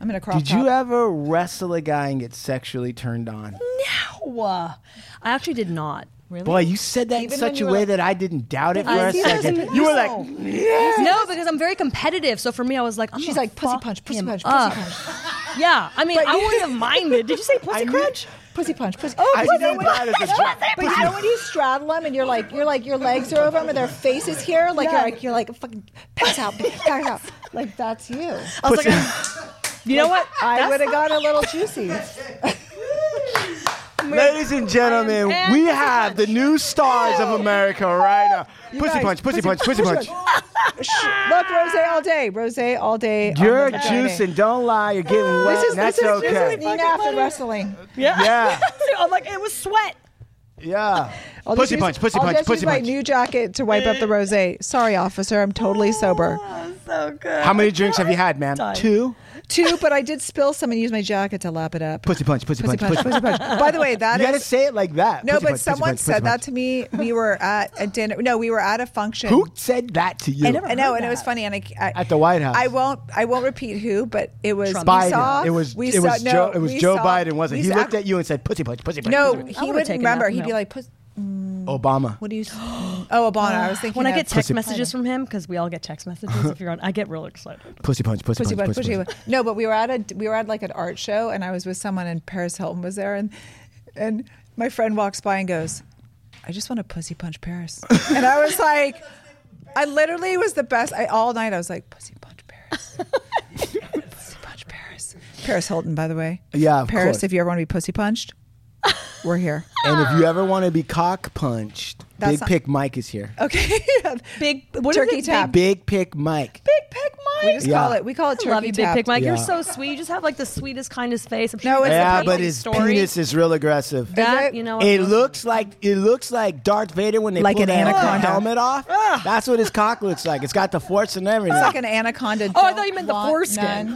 S2: I'm in a crop
S3: Did you
S2: top.
S3: ever wrestle a guy and get sexually turned on?
S1: Ow. I actually did not.
S2: Really?
S3: Boy, you said that in
S2: Even when
S3: such a
S2: you were
S3: way
S2: like-
S3: that I didn't doubt it for
S1: I
S3: a
S1: see that
S3: second.
S1: as a-
S3: You were
S1: no.
S3: like, yeah.
S1: No, because I'm very competitive. So for me, I was like, I'm
S2: She's
S1: gonna
S2: like, pussy
S1: fuck
S2: punch, pussy
S1: him
S2: punch,
S1: up.
S2: pussy punch.
S1: Yeah, I mean,
S2: But
S1: I
S2: you-
S1: wouldn't have minded. Did you say pussy
S3: knew-
S1: crunch?
S2: Pussy punch, pussy.
S1: Oh,
S3: I
S2: pussy
S3: knew
S2: punch.
S3: that as a joke.
S2: But you know when you straddle them and you're like, you're like, your legs are over them and their face is here, like you're like, you're like, fucking pass out, pass out, like that's you.
S1: I was like, you know what?
S2: I
S1: Oh, That's-
S2: would have got a little juicy.
S3: Ladies and gentlemen,
S1: I am-
S3: we
S1: and-
S3: have the new stars of America right now. Pussy
S2: guys,
S3: punch, pussy
S2: pussy
S3: punch, pussy punch.
S2: Shh. Look, rose all day, rose all day. on
S3: You're
S2: the vagina.
S3: juicing. Don't lie. You're getting wet.
S2: Oh, This is
S3: and That's
S2: this is,
S3: okay.
S2: This is Nina after wrestling.
S1: Yeah.
S3: Yeah.
S1: I'm like, it was sweat.
S3: yeah.
S2: I'll just
S3: pussy
S2: use-
S3: punch, pussy
S2: I'll
S3: punch,
S2: just
S3: pussy
S2: use my
S3: punch.
S2: new jacket to wipe up the rose. Sorry, officer, I'm totally sober.
S1: So good.
S3: How many drinks have you had, ma'am?
S1: Done.
S3: Two.
S2: Two, but I did spill some and use my jacket to lap it up.
S3: Pussy punch, pussy
S2: Pussy
S3: punch,
S2: punch,
S3: pussy punch.
S2: pussy punch. By the way, that
S3: You
S2: is.
S3: gotta say it like that.
S2: No,
S3: Pussy
S2: but
S3: punch, pussy
S2: someone
S3: punch, pussy
S2: said that
S3: punch.
S2: to me. We were at a dinner. No, we were at a function.
S3: Who said that to you?
S1: I never
S2: I know,
S1: heard
S2: and it was
S1: that.
S2: funny. And I, I-
S3: At the White House.
S2: I won't. I won't repeat who, but it was we
S3: Biden.
S2: saw-
S3: it was.
S2: Uh, We
S3: it
S2: saw,
S3: was
S2: no,
S3: Joe. It was
S2: we
S3: Joe
S2: saw-
S3: Bidden, wasn't
S2: we
S3: it? He
S2: saw-
S3: looked at you and said, "Pussy punch, pussy punch."
S2: No,
S3: pussy punch."
S2: he
S1: I would've
S2: wouldn't
S1: taken that.
S2: remember. He'd be
S1: No.
S2: like, "Puss-
S3: Obama.
S2: "What do you?" s- Oh, Obama. I was thinking.
S1: When I
S2: of
S1: get text
S3: Pussy-
S1: messages from him, because we all get text messages if you're on, I get real excited.
S3: Pussy punch, pussy,
S2: pussy,
S3: punch,
S2: punch, pussy, punch. No, but we were at a we were at like an art show, and I was with someone, and Paris Hilton was there, and and my friend walks by and goes, "I just want to pussy punch Paris," and I was like, I literally was the best. I all night I was like, "Pussy punch Paris, pussy punch Paris." Paris Hilton, by the way.
S3: Yeah, of
S2: Paris.
S3: course.
S2: If you ever want to be pussy punched, we're here.
S3: And if you ever want to be cock punched,
S2: Ah. That's
S3: Big
S2: not-
S3: Pick Mike is here.
S2: Okay.
S1: Big what is
S2: turkey
S1: it?
S2: tap.
S3: Big Pick Mike.
S2: Big Pick Mike. We just
S3: Yeah.
S2: call it. We call it Oh,
S1: I
S2: turkey
S1: love you, Big
S2: tap.
S1: Pick Mike. You're
S3: Yeah.
S1: so sweet. You just have like the sweetest, kindest face. I'm sure
S2: No,
S1: you
S2: it's
S1: guys
S2: the
S1: have
S3: Yeah,
S1: a
S3: but
S1: funny
S3: his
S1: story.
S3: penis is real aggressive.
S1: That,
S2: it?
S1: you know, what?
S3: It looks like it looks like Darth Vader when they
S2: Like
S3: pull
S2: an
S3: that
S2: anaconda. Ah.
S3: helmet off. That's what his cock looks like. It's got the force and everything.
S2: It's like an anaconda.
S1: Oh, I thought
S2: Don't
S1: you meant the
S2: want
S1: foreskin.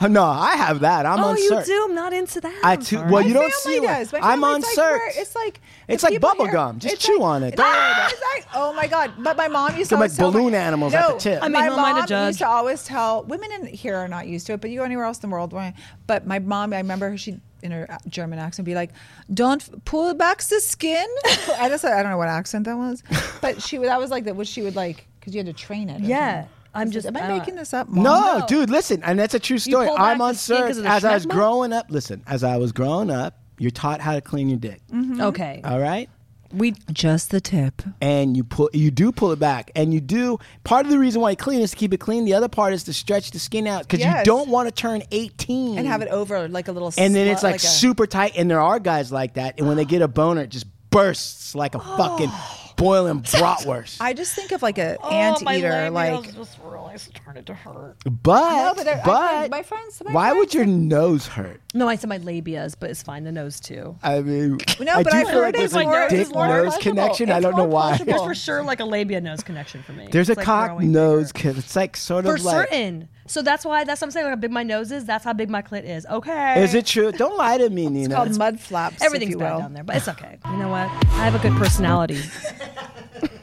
S2: none.
S3: no, I have that. I'm
S1: Oh,
S3: on
S1: you
S3: cert.
S1: do. I'm not into that.
S3: I
S1: I'm
S3: too-
S1: sorry.
S3: well, you
S2: My
S3: don't
S2: family
S3: see one.
S2: does. My
S3: I'm
S2: family's
S3: on
S2: like,
S3: cert.
S2: we're- It's like
S3: It's
S2: the
S3: like
S2: people
S3: bubble
S2: here-
S3: gum. Just
S2: it's
S3: chew
S2: like-
S3: on it.
S2: it's
S3: Don't
S2: like-
S3: worry about it.
S2: it's like, oh my god! But my mom used to
S3: They're
S2: always
S3: like
S2: tell
S3: balloon
S2: me,
S3: animals
S2: no,
S3: at the tip. I
S1: mean,
S2: my
S1: who am I to
S2: mom
S1: judge?
S2: used to always tell women in here are not used to it, but you go anywhere else in the world. why- But my mom, I remember her. She in her German accent be like, "Don't f- pull back the skin." I just I don't know what accent that was, but she would. That was like that. What she would like because you had to train it. or
S1: Yeah,
S2: something.
S1: I'm
S2: I was
S1: just- uh,
S2: like, Am
S1: I
S2: I
S1: don't-
S2: making this up? Mom?
S3: No,
S1: No.
S3: dude, listen, and that's a true story.
S1: pull
S3: I'm
S1: back
S3: on
S1: the skin 'cause
S3: cert
S1: of the
S3: as I was
S1: schmegma?
S3: growing up. Listen, as I was growing up, you're taught how to clean your dick.
S2: Mm-hmm.
S1: okay.
S3: all right.
S1: We
S2: just the tip.
S3: and you pull you do pull it back and you do part of the reason why you clean is to keep it clean the other part is to stretch the skin out because you
S2: Yes.
S3: don't want to turn 18
S2: And have it over like a little.
S3: and then it's
S2: slut-
S3: like,
S2: a-
S3: super tight and there are guys like that and when they get a boner it just bursts like a fucking boiling bratwurst
S2: I just think of like a
S1: oh, my
S2: anteater,
S1: leg
S2: like
S1: just really started to hurt.
S3: but
S2: No, but there- I
S3: but
S2: find- my friends- my
S3: why would
S2: friends-
S3: your nose hurt
S1: No, I said my labias, but it's fine. The nose too.
S3: I mean,
S2: No,
S3: I
S2: but
S3: do
S2: I've
S3: feel
S2: heard
S3: like
S2: it's
S3: there's a
S2: more-
S3: dick
S2: it's more
S3: nose
S2: pleasurable.
S3: connection. I
S2: It's
S3: don't
S2: more
S3: know why.
S2: pleasurable.
S1: There's for sure like a labia nose connection for me.
S3: There's a
S1: It's, like,
S3: cock
S1: growing
S3: nose.
S1: bigger.
S3: 'cause It's like sort
S1: for
S3: of like.
S1: certain. So that's why that's what I'm saying. Like how big my nose is. That's how big my clit is. Okay.
S3: Is it true? Don't lie to me, Nina.
S2: called mud flaps. if
S1: Everything's
S2: you
S1: bad
S2: will.
S1: down there, but it's okay. You know what? I have a good personality.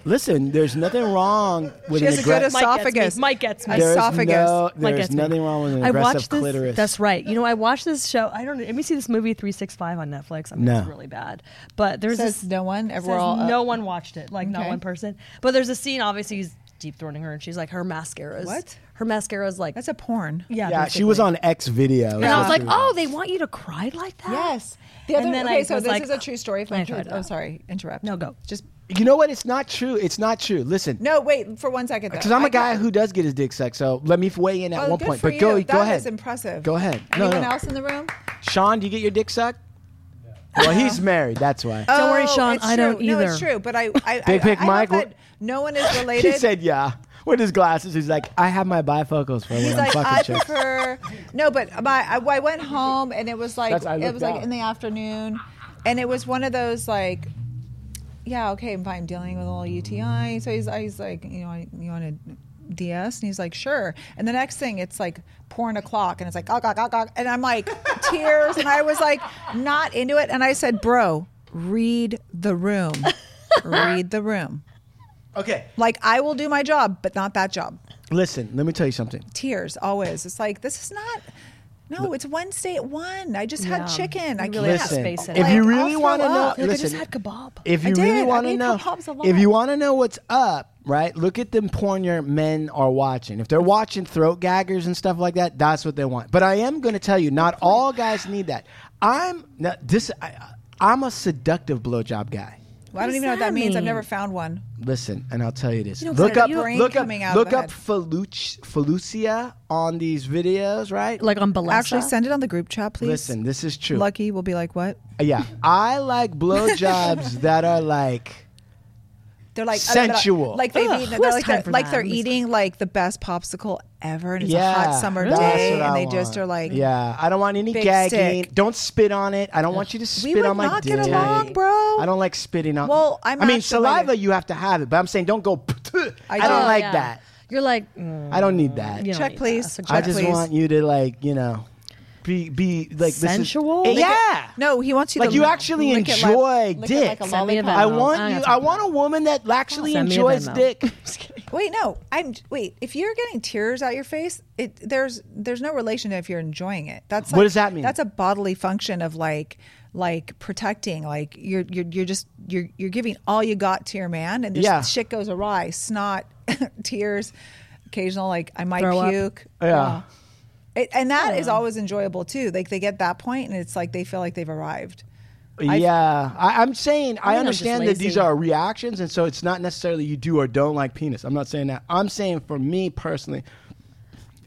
S3: Listen, there's nothing wrong with
S2: She
S3: an
S2: has a good
S3: aggra-
S2: esophagus.
S1: Mike gets me. Mike
S2: There
S1: gets
S2: is
S1: me.
S2: esophagus.
S3: No,
S1: Mike
S3: there's
S1: gets me.
S3: nothing wrong with an
S1: I
S3: aggressive
S1: watched this.
S3: clitoris.
S1: That's right. You know, I watched this show. I don't. know. Have you seen this movie 365 on Netflix? I mean, it's
S3: No.
S1: really bad. But there's
S2: Says
S1: this,
S2: no one?
S1: says
S2: We're all up.
S1: no one watched it. Like not
S2: Okay.
S1: one person. But there's a scene. Obviously, he's deep throating her, and she's like, her mascara is
S2: What?
S1: Her mascara is like.
S2: That's a porn.
S1: yeah.
S3: Yeah, she was
S1: basically.
S3: on X video.
S1: And I was like, oh, they want you to cry like that.
S2: Yes. The other,
S1: and then
S2: okay,
S1: I
S2: so
S1: was
S2: this
S1: like,
S2: is a true story. From
S1: I
S2: truth.
S1: tried it
S2: Oh,
S1: out.
S2: sorry, interrupt.
S1: No, go.
S2: Just
S3: you know what? It's not true. It's not true. Listen,
S2: no. Wait for one second.
S3: because I'm a guy who does get his dick sucked, so let me weigh in at
S2: Well,
S3: one
S2: Oh, good
S3: point.
S2: for
S3: But go,
S2: you.
S3: go
S2: That
S3: ahead.
S2: is impressive.
S3: Go ahead. No,
S2: Anyone
S3: no.
S2: else in the room?
S3: Sean, do you get your dick sucked? Well, he's married. That's why.
S1: Don't worry, Sean,
S2: Oh, it's
S1: I
S2: true.
S1: don't
S2: No, it's
S1: either.
S2: true. But I, I, I,
S3: Big Pick
S2: I love
S3: Mike-
S2: that No one is
S3: he
S2: related.
S3: said, yeah. With his glasses, he's like, I have my bifocals for
S2: He's
S3: when
S2: like,
S3: I'm
S2: I
S3: fucking chicks.
S2: prefer. No, but my, I, I went home and it was like
S3: That's- I
S2: it
S3: looked
S2: was like
S3: out.
S2: in the afternoon, and it was one of those like, yeah, okay, I'm fine dealing with a little UTI. So he's, he's like, you know, you want to DS? And he's like, sure. And the next thing, it's like porn o'clock, and it's like, gawk, gawk, gawk, gawk. and I'm like tears, and I was like not into it, and I said, bro, read the room, read the room.
S3: Okay,
S2: Like I will do my job, but not that job
S3: listen. Let me tell you something.
S2: tears always. It's like this is not. No, it's Wednesday at one. I just
S1: Yeah.
S2: had chicken. I
S1: You
S2: really
S1: really
S2: can't.
S1: have to
S3: Listen,
S1: space it
S3: if
S1: out.
S3: you
S2: Like,
S3: really
S2: I'll
S3: want to
S2: throw
S3: know,
S2: up.
S1: Like, I
S3: listen.
S1: just had kebab.
S3: If
S2: I
S3: you
S2: did.
S3: really
S2: I
S3: want to
S2: made
S3: know,
S2: kebabs a lot.
S3: if you want to know what's up, right? Look at them porn your men are watching. If they're watching throat gaggers and stuff like that, that's what they want. But I am going to tell you, not all guys need that. I'm now, this. I, I'm a seductive blowjob guy.
S2: Well, I don't
S1: What
S2: even know what
S1: does
S2: that
S1: that
S2: means. I've
S1: mean?
S2: never found one.
S3: Listen, and I'll tell you this.
S1: don't
S3: look
S1: got
S3: up,
S1: a
S2: brain
S3: look up,
S2: coming out of
S3: look
S2: the
S3: up
S2: head.
S3: Feluc- Felucia on these videos, right?
S1: Like on Balesa.
S2: Actually, send it on the group chat, please.
S3: Listen, this is true.
S2: Lucky will be like, what?
S3: Yeah, I like blowjobs that are like.
S2: They're like
S3: Sensual.
S2: Like they've
S1: Ugh,
S2: eaten.
S1: who
S2: They're
S1: has
S2: like,
S1: time
S2: they're,
S1: for
S2: like
S1: that?
S2: they're
S1: Who's-
S2: eating like the best popsicle ever, and it's
S3: yeah,
S2: a hot summer
S3: that's
S2: day,
S3: what
S2: and
S3: I
S2: they just
S3: want.
S2: are like,
S3: yeah. I don't want any
S2: big
S3: gagging.
S2: stick.
S3: Don't spit on it. I don't want you to spit
S2: would
S3: on my
S2: not
S3: dick.
S2: get along, bro.
S3: I don't like spitting on.
S2: Well, I'm
S3: I mean,
S2: actually-
S3: saliva you have to have it, but I'm saying don't go. I,
S2: do.
S3: don't
S2: Oh,
S3: like
S1: Yeah.
S3: that.
S1: You're like, mm,
S3: I don't need that.
S1: you don't
S2: Check,
S1: need that.
S2: please.
S1: That's a
S3: I
S1: check,
S3: just
S1: please.
S2: please.
S3: want you to like you know, be be like this is-
S1: Sensual? Like
S3: yeah.
S2: No, he wants you
S3: Like
S2: to
S3: you
S2: lick-
S3: actually
S2: lick it like-
S3: enjoy
S2: lick it
S3: dick.
S2: like a
S1: Send me a
S2: lollipop.
S3: I
S1: Venmo.
S3: want
S1: I
S3: you.
S1: got
S3: I
S1: some
S3: want a woman that actually
S1: Send me a
S3: enjoys
S1: Venmo.
S3: dick.
S2: Wait, no. I'm wait. If you're getting tears out your face, it there's there's no relation if you're enjoying it. That's
S3: What
S2: like,
S3: does that mean?
S2: That's a bodily function of like like protecting. Like you're you're you're just you're you're giving all you got to your man, and this
S3: Yeah.
S2: shit goes awry. Snot, tears, occasional like I might
S1: Throw up.
S2: puke.
S3: Yeah.
S2: It, and that is always enjoyable too. Like they get that point, and it's like they feel like they've arrived.
S3: yeah, I, I'm saying I,
S1: mean, I'm just
S3: understand that these
S1: lazy.
S3: are reactions, and so it's not necessarily you do or don't like penis. I'm not saying that. I'm saying for me personally,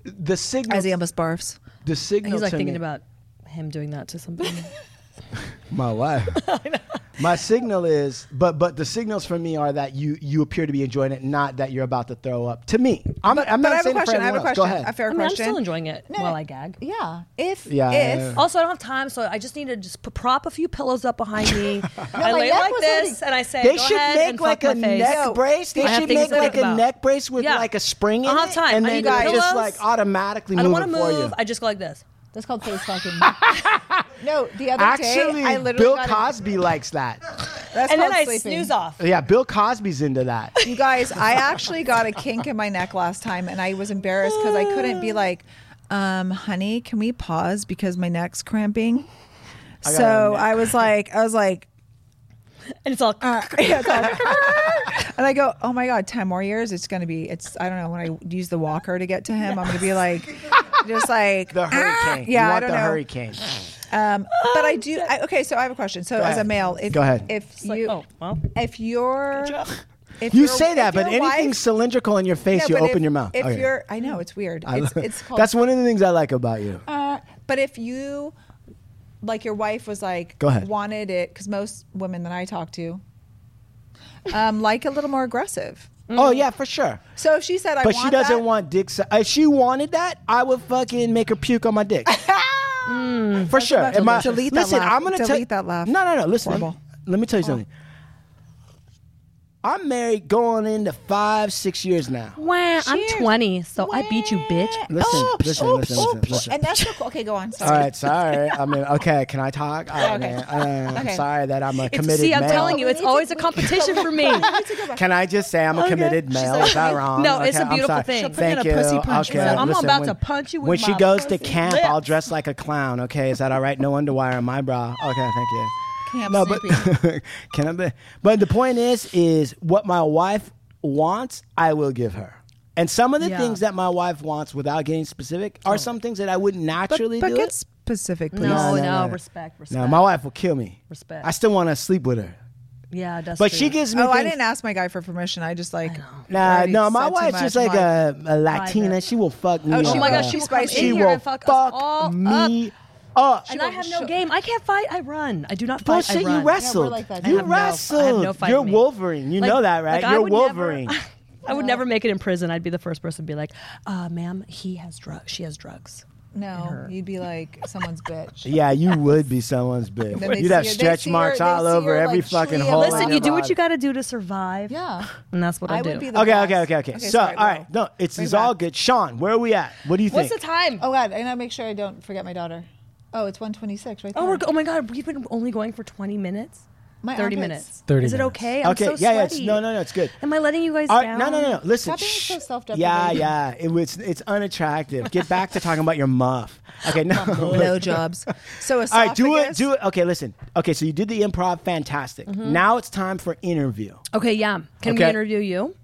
S3: the signal,
S2: As he almost barfs.
S3: the signal
S1: He's like
S3: to
S1: thinking
S3: me-
S1: about him doing that to somebody.
S3: my wife. My signal is, but but the signals for me are that you you appear to be enjoying it, not that you're about to throw up. To me, I'm, I'm
S2: But
S3: not
S2: I have a
S3: saying it for
S2: question. I have a
S3: everyone else.
S2: question.
S3: Go ahead.
S2: A fair
S1: I mean, I'm
S2: question.
S1: still enjoying it while I gag.
S2: yeah. If
S3: Yeah,
S2: if
S3: yeah, yeah.
S1: Also, I don't have time, so I just need to just p- prop a few pillows up behind me. I
S2: my
S1: lay
S2: neck
S1: like
S2: was
S1: this,
S2: hurting.
S1: and I say,
S3: They
S1: "Go
S3: should
S1: ahead and
S3: make
S1: fuck
S3: like a
S1: my face."
S3: neck brace. They
S1: I have
S3: should
S1: things
S3: make
S1: to
S3: like
S1: think
S3: a
S1: about.
S3: neck brace with
S1: Yeah.
S3: like a spring in
S1: I'll have
S3: it,
S1: time.
S3: and
S1: I
S3: then
S1: need
S3: it just
S1: pillows.
S3: like automatically
S1: I don't
S3: move
S1: want
S3: it
S1: to
S3: for you.
S1: move. I just go like this.
S5: That's called face fucking.
S2: no, the other
S3: Actually,
S2: day I literally
S3: Bill
S2: got
S3: Cosby likes that.
S2: A, that's
S1: and then
S2: called
S1: I
S2: sleeping.
S1: snooze off.
S3: Yeah, Bill Cosby's into that.
S2: You guys, I actually got a kink in my neck last time, and I was embarrassed because I couldn't be like, um, "Honey, can we pause because my neck's cramping?"
S3: got
S2: so
S3: a neck
S2: I was like, I was like,
S1: And it's all.
S2: uh, yeah, it's all like, and I go, "Oh my god, ten more years, it's gonna be, it's I don't know when I use the walker to get to him, I'm gonna be like, just like
S3: The
S2: "Ah."
S3: hurricane.
S2: yeah,
S3: you
S2: I
S3: want
S2: don't
S3: the
S2: know.
S3: hurricane.
S2: Um, but
S1: Oh,
S2: I do. I, okay, so I have a question. So as a
S3: ahead.
S2: male, if
S3: Go ahead.
S2: if
S1: like,
S2: you
S1: oh, well.
S2: if you're if
S3: You
S2: your-
S3: say that,
S2: if
S3: but
S2: your wife-
S3: anything cylindrical in your face,
S2: No,
S3: you
S2: but
S3: open
S2: if-
S3: your mouth.
S2: If
S3: Okay.
S2: you're, I know it's weird.
S3: I
S2: It's,
S3: love-
S2: it's called.
S3: That's one of the things I like about you.
S2: Uh, but if you, like, your wife was like,
S3: Go ahead.
S2: wanted it because most women that I talk to, um, like a little more aggressive.
S3: Oh yeah, for sure.
S2: So if she said, Mm-hmm. "I
S3: But
S2: want
S3: she doesn't
S2: that,"
S3: want dick. Si- if she wanted that, I would fucking make her puke on my dick. Mm, for sure.
S2: Mm, about to
S3: Am I-
S2: delete that
S3: listen,
S2: laugh.
S3: I'm gonna tell
S2: Delete that laugh.
S3: No, no, no. Listen, let me,
S2: Horrible. Oh.
S3: let me tell you something. I'm married, going into five, six years now.
S1: Wah, I'm
S2: Cheers.
S1: 20, so I beat you, bitch.
S3: Listen,
S2: Oh,
S3: listen,
S2: oh,
S3: listen,
S2: oh,
S3: listen, listen.
S2: And that's so cool. Okay, go on. Sorry.
S3: All right, sorry. I mean, okay, can I talk? All right,
S2: okay.
S3: man. Uh, I'm
S2: Okay.
S3: sorry that I'm a
S1: It's,
S3: committed
S1: see, I'm
S3: male.
S1: telling you, it's
S2: We need to-
S1: always a
S2: we-
S1: competition for me.
S3: Can I just say I'm a committed male? Is that wrong?
S1: No, it's a
S3: Okay, I'm
S1: beautiful
S3: sorry.
S1: thing. She'll put
S3: Thank
S1: in a
S3: you.
S1: pussy punch,
S3: Okay,
S1: man. I'm
S3: listen,
S1: about
S3: when-
S1: to punch you with
S3: When she
S1: my
S3: goes to
S1: pussy
S3: camp,
S1: lips.
S3: I'll dress like a clown. Okay, is that all right? No underwire on my bra. Okay, thank you.
S2: Camp
S3: no, but can I? Be, but the point is, is what my wife wants, I will give her. And some of the
S1: Yeah. Oh.
S3: things that my wife wants, without getting specific, are some things that I wouldn't
S2: But,
S3: naturally
S2: but
S3: do.
S2: get
S3: it.
S2: specific, please.
S1: No,
S3: No,
S1: no,
S3: no, no.
S1: respect, respect.
S3: No, my wife will kill me.
S1: Respect.
S3: I still want to sleep with her,
S1: yeah, that's
S3: but
S1: true.
S3: she gives me.
S2: Oh, I
S3: things-
S2: didn't ask my guy for permission. I just like.
S3: Nah,
S2: already
S3: no, my
S2: said too
S3: wife's just
S2: much.
S3: like
S2: I'm
S3: a, a Latina.
S1: Private.
S3: She will fuck me.
S2: Oh,
S1: Oh
S3: up.
S1: my
S2: Yeah.
S1: gosh, she
S2: She's
S1: will come in
S2: spicy.
S3: She
S1: here
S3: will
S1: and fuck,
S3: fuck
S1: us all up.
S3: me up.
S1: And
S2: She
S1: I
S2: will
S1: have no
S2: show-
S1: game. I can't fight. I run. I do not fight.
S3: Bullshit,
S1: I run.
S3: you wrestled.
S5: like that. I
S3: you
S1: have no- I have
S3: wrestled.
S1: no fight
S3: You're
S1: in me.
S3: Wolverine. You
S1: Like-
S3: know that, right?
S1: like, I
S3: You're
S1: would never-
S3: Wolverine.
S1: I would never make it in prison. I'd be the first person to be like, uh, "Ma'am, he has drugs. She has drugs."
S2: No, you'd be like someone's bitch.
S3: yeah, you would be someone's bitch.
S2: Then they
S3: You'd have
S2: see her- they
S3: stretch
S2: see her-
S3: marks
S2: they
S3: all
S2: see
S3: over
S2: her,
S3: every
S2: like,
S3: fucking
S2: tree
S3: hole.
S2: of-
S3: in
S1: Listen,
S3: your
S1: you do what
S3: body.
S1: you got to do to survive.
S5: Yeah.
S1: and that's what I,
S2: I
S1: do.
S2: would be the
S3: Okay,
S2: boss.
S3: okay, okay, okay. so,
S2: sorry,
S3: all
S2: Will.
S3: right, no, it's,
S2: Bring
S3: it's all
S2: back.
S3: good. Sean, where are we at? What do you
S1: What's
S3: think?
S1: the time?
S2: Oh God, I gotta make sure I don't forget my daughter. Oh, it's one twenty six right there.
S1: Oh, we're, go- oh my God, we've been only going for 20 minutes?
S2: My
S1: 30
S2: armpits.
S1: minutes.
S4: 30
S1: Is it
S4: minutes.
S1: okay? I'm
S3: okay,
S1: so
S3: yeah, yeah. It's,
S1: sweaty.
S3: no, no, no, it's good.
S1: Am I letting you guys
S3: All right,
S1: down?
S3: no, no, no, no. Listen,
S2: Stop being so
S3: shh.
S2: self-deprecating.
S3: yeah, yeah. It was, it's unattractive. Get back to talking about your muff. Okay, no.
S2: Blow jobs. So esophagus.
S3: All right, do it, do it. Okay, listen. Okay, so you did the improv, fantastic.
S1: Mm-hmm.
S3: Now it's time for interview.
S1: Okay, yeah. Can
S3: Okay.
S1: we interview you?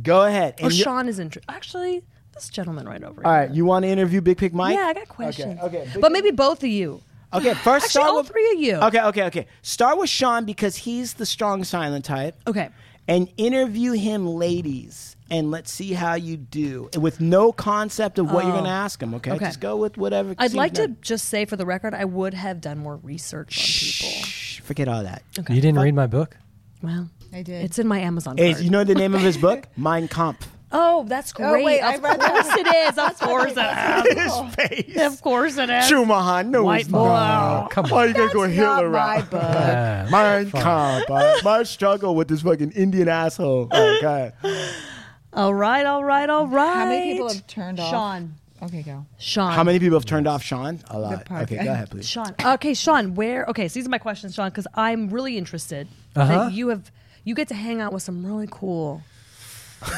S3: Go ahead.
S1: Oh,
S3: And you-
S1: Sean is interested. Actually, this gentleman right over
S3: All
S1: here.
S3: right, you want to interview Big Pig Mike?
S1: Yeah, I got questions.
S3: Okay, okay.
S1: But maybe both of you.
S3: Okay, first
S1: Actually,
S3: start
S1: all
S3: with
S1: three of you.
S3: Okay, okay, okay. Start with Sean because he's the strong silent type.
S1: Okay.
S3: And interview him, ladies, and let's see how you do with no concept of what you're going to ask him. Okay?
S1: Okay.
S3: just go with whatever.
S1: I'd
S3: seems
S1: like to
S3: nice.
S1: just say for the record, I would have done more research on people.
S3: Shh, forget all that.
S1: Oh,
S4: You didn't read my book?
S1: Well,
S2: I did.
S1: It's in my Amazon
S3: Is
S1: card.
S3: you know the name of his book? Mein Kampf.
S1: oh, that's great.
S2: Oh, wait, I
S1: of
S2: read that.
S1: course it is. Of course it is.
S3: Face.
S1: Of course it is.
S3: Schumacher, no,
S1: White
S3: it's not.
S4: boy. Come
S3: Why you gonna go
S2: not
S3: Hitler
S2: my
S3: route?
S2: book.
S4: Uh,
S3: Mein Kampf. uh, my struggle with this fucking Indian asshole. Oh, God.
S1: All right, all right, all right.
S2: How many people have turned off?
S1: Sean.
S2: Okay, go.
S1: Sean.
S3: How many people have turned off Sean? A lot.
S2: podcast.
S3: Okay, go ahead, please.
S1: Sean. Okay, Sean, where? Okay, so these are my questions, Sean, because I'm really interested
S4: Uh-huh.
S1: that you have, you get to hang out with some really cool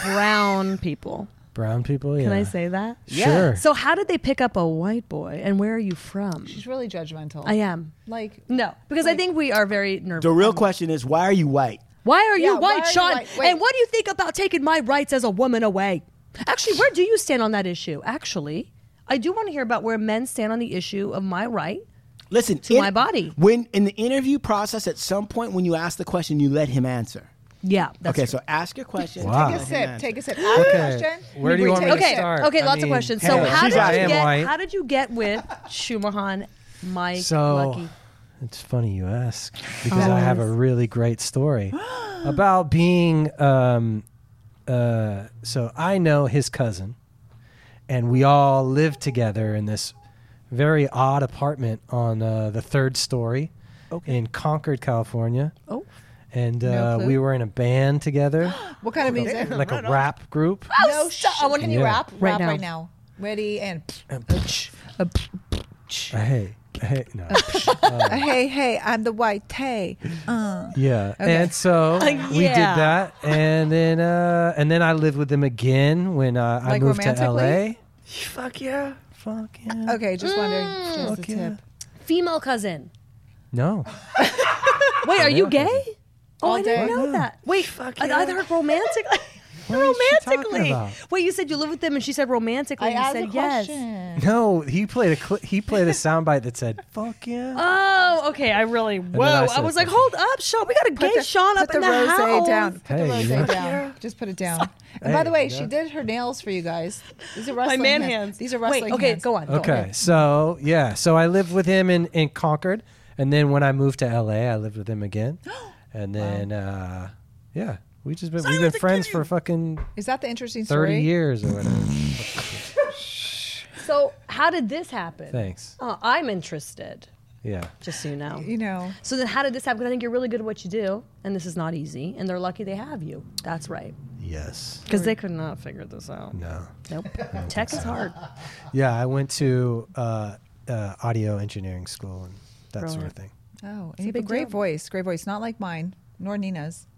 S1: brown people.
S4: brown people, yeah.
S1: Can I say that?
S4: Sure.
S1: So, how did they pick up a white boy, and where are you from?
S2: She's really judgmental.
S1: I am.
S2: like.
S1: No, because I think we are very nervous.
S3: The real question is, why are you white?
S1: Why are
S2: Yeah,
S1: you
S2: why
S1: white,
S2: are you
S1: Sean?
S2: white? Wait.
S1: And what do you think about taking my rights as a woman away? Actually, where do you stand on that issue? Actually, I do want to hear about where men stand on the issue of my right.
S3: Listen
S1: To my body.
S3: When in the interview process, at some point when you ask the question, you let him answer.
S1: Yeah. That's
S3: okay, so ask your question.
S4: Wow.
S2: Take a
S4: Take
S2: sip. Take a sip. I have a question.
S4: Ah, Where do you want me
S2: Take
S4: to
S2: a sip.
S4: start?
S1: Okay,
S4: I
S1: lots
S4: mean,
S1: of questions.
S4: hey,
S1: so how
S3: she's
S1: did
S3: out. I
S1: you
S4: am
S1: get
S4: white.
S1: how did you get with Schumahan Mike
S4: So
S1: Lucky? Oh.
S4: It's funny you ask because I have a really great story about being. Um, uh, so I know his cousin, and we all lived together in this very odd apartment on uh, the third story in Concord, California.
S1: Oh.
S4: And
S2: No
S4: uh,
S2: clue.
S4: we were in a band together,
S2: What kind of music?
S4: like a rap group.
S2: No shut. I want to
S4: Yeah.
S2: rap.
S1: Oh, Right
S2: rap
S1: now.
S2: right now. Ready and.
S4: And
S2: A psh,
S4: hey, hey, no. Oh.
S2: a hey, hey, I'm the white tay. Uh.
S4: Yeah, and so we did
S1: Uh, yeah.
S4: that, and then uh, and then I lived with them again when uh, I
S2: Like
S4: moved to LA.
S2: romantically?
S3: Fuck yeah.
S4: Fuck yeah.
S2: Okay, just wondering.
S1: Mm.
S2: Just a
S4: Fuck yeah.
S2: tip.
S1: Female cousin.
S4: No,
S1: Wait, are you gay? Oh,
S2: All
S1: I didn't
S2: day. Mm-hmm.
S1: know that. Wait,
S3: Fuck
S1: I, I heard romantically.
S4: What is she talking
S1: romantically.
S4: about?
S1: Wait, you said you live with them, and she said romantically.
S2: I
S1: and you
S2: asked
S1: said
S2: a
S1: yes.
S2: question.
S4: no, he played a cl- he played a soundbite that said "fuck yeah."
S1: Oh, okay. I really. Whoa.
S4: I
S1: I,
S4: said
S1: was like,
S4: something.
S1: hold up, Sean. We got a gay
S2: the-
S1: Sean up
S2: put
S1: in
S2: the,
S1: the
S2: rose
S1: house.
S2: down. Put
S4: Hey,
S2: the rose
S4: yeah.
S2: down. Just put it down. And by the
S4: Hey,
S2: way,
S4: yeah.
S2: she did her nails for you guys. These are
S1: My
S2: wrestling
S1: man hands.
S2: These are wrestling
S1: Wait, okay,
S2: hands.
S1: go on. go on.
S4: Okay, so yeah, so I lived with him in in Concord, and then when I moved to LA, I lived with him again, and then uh, yeah, we just been we've been friends for fucking
S2: Is that the interesting story?
S4: thirty years or whatever.
S1: So, how did this happen?
S4: Thanks.
S1: Uh, I'm interested,
S4: Yeah.
S1: just so you know.
S2: You know.
S1: So, then how did this happen? Because I think you're really good at what you do, and this is not easy, and they're lucky they have you. That's right.
S4: Yes.
S1: Because they could not figure this out.
S4: No.
S1: Nope. Tech is hard.
S4: Yeah, I went to uh, uh, audio engineering school and that sort of
S1: Brilliant.
S4: thing.
S2: Oh, and you have a
S1: big
S2: great
S1: deal.
S2: voice. Great voice. Not like mine, nor Nina's.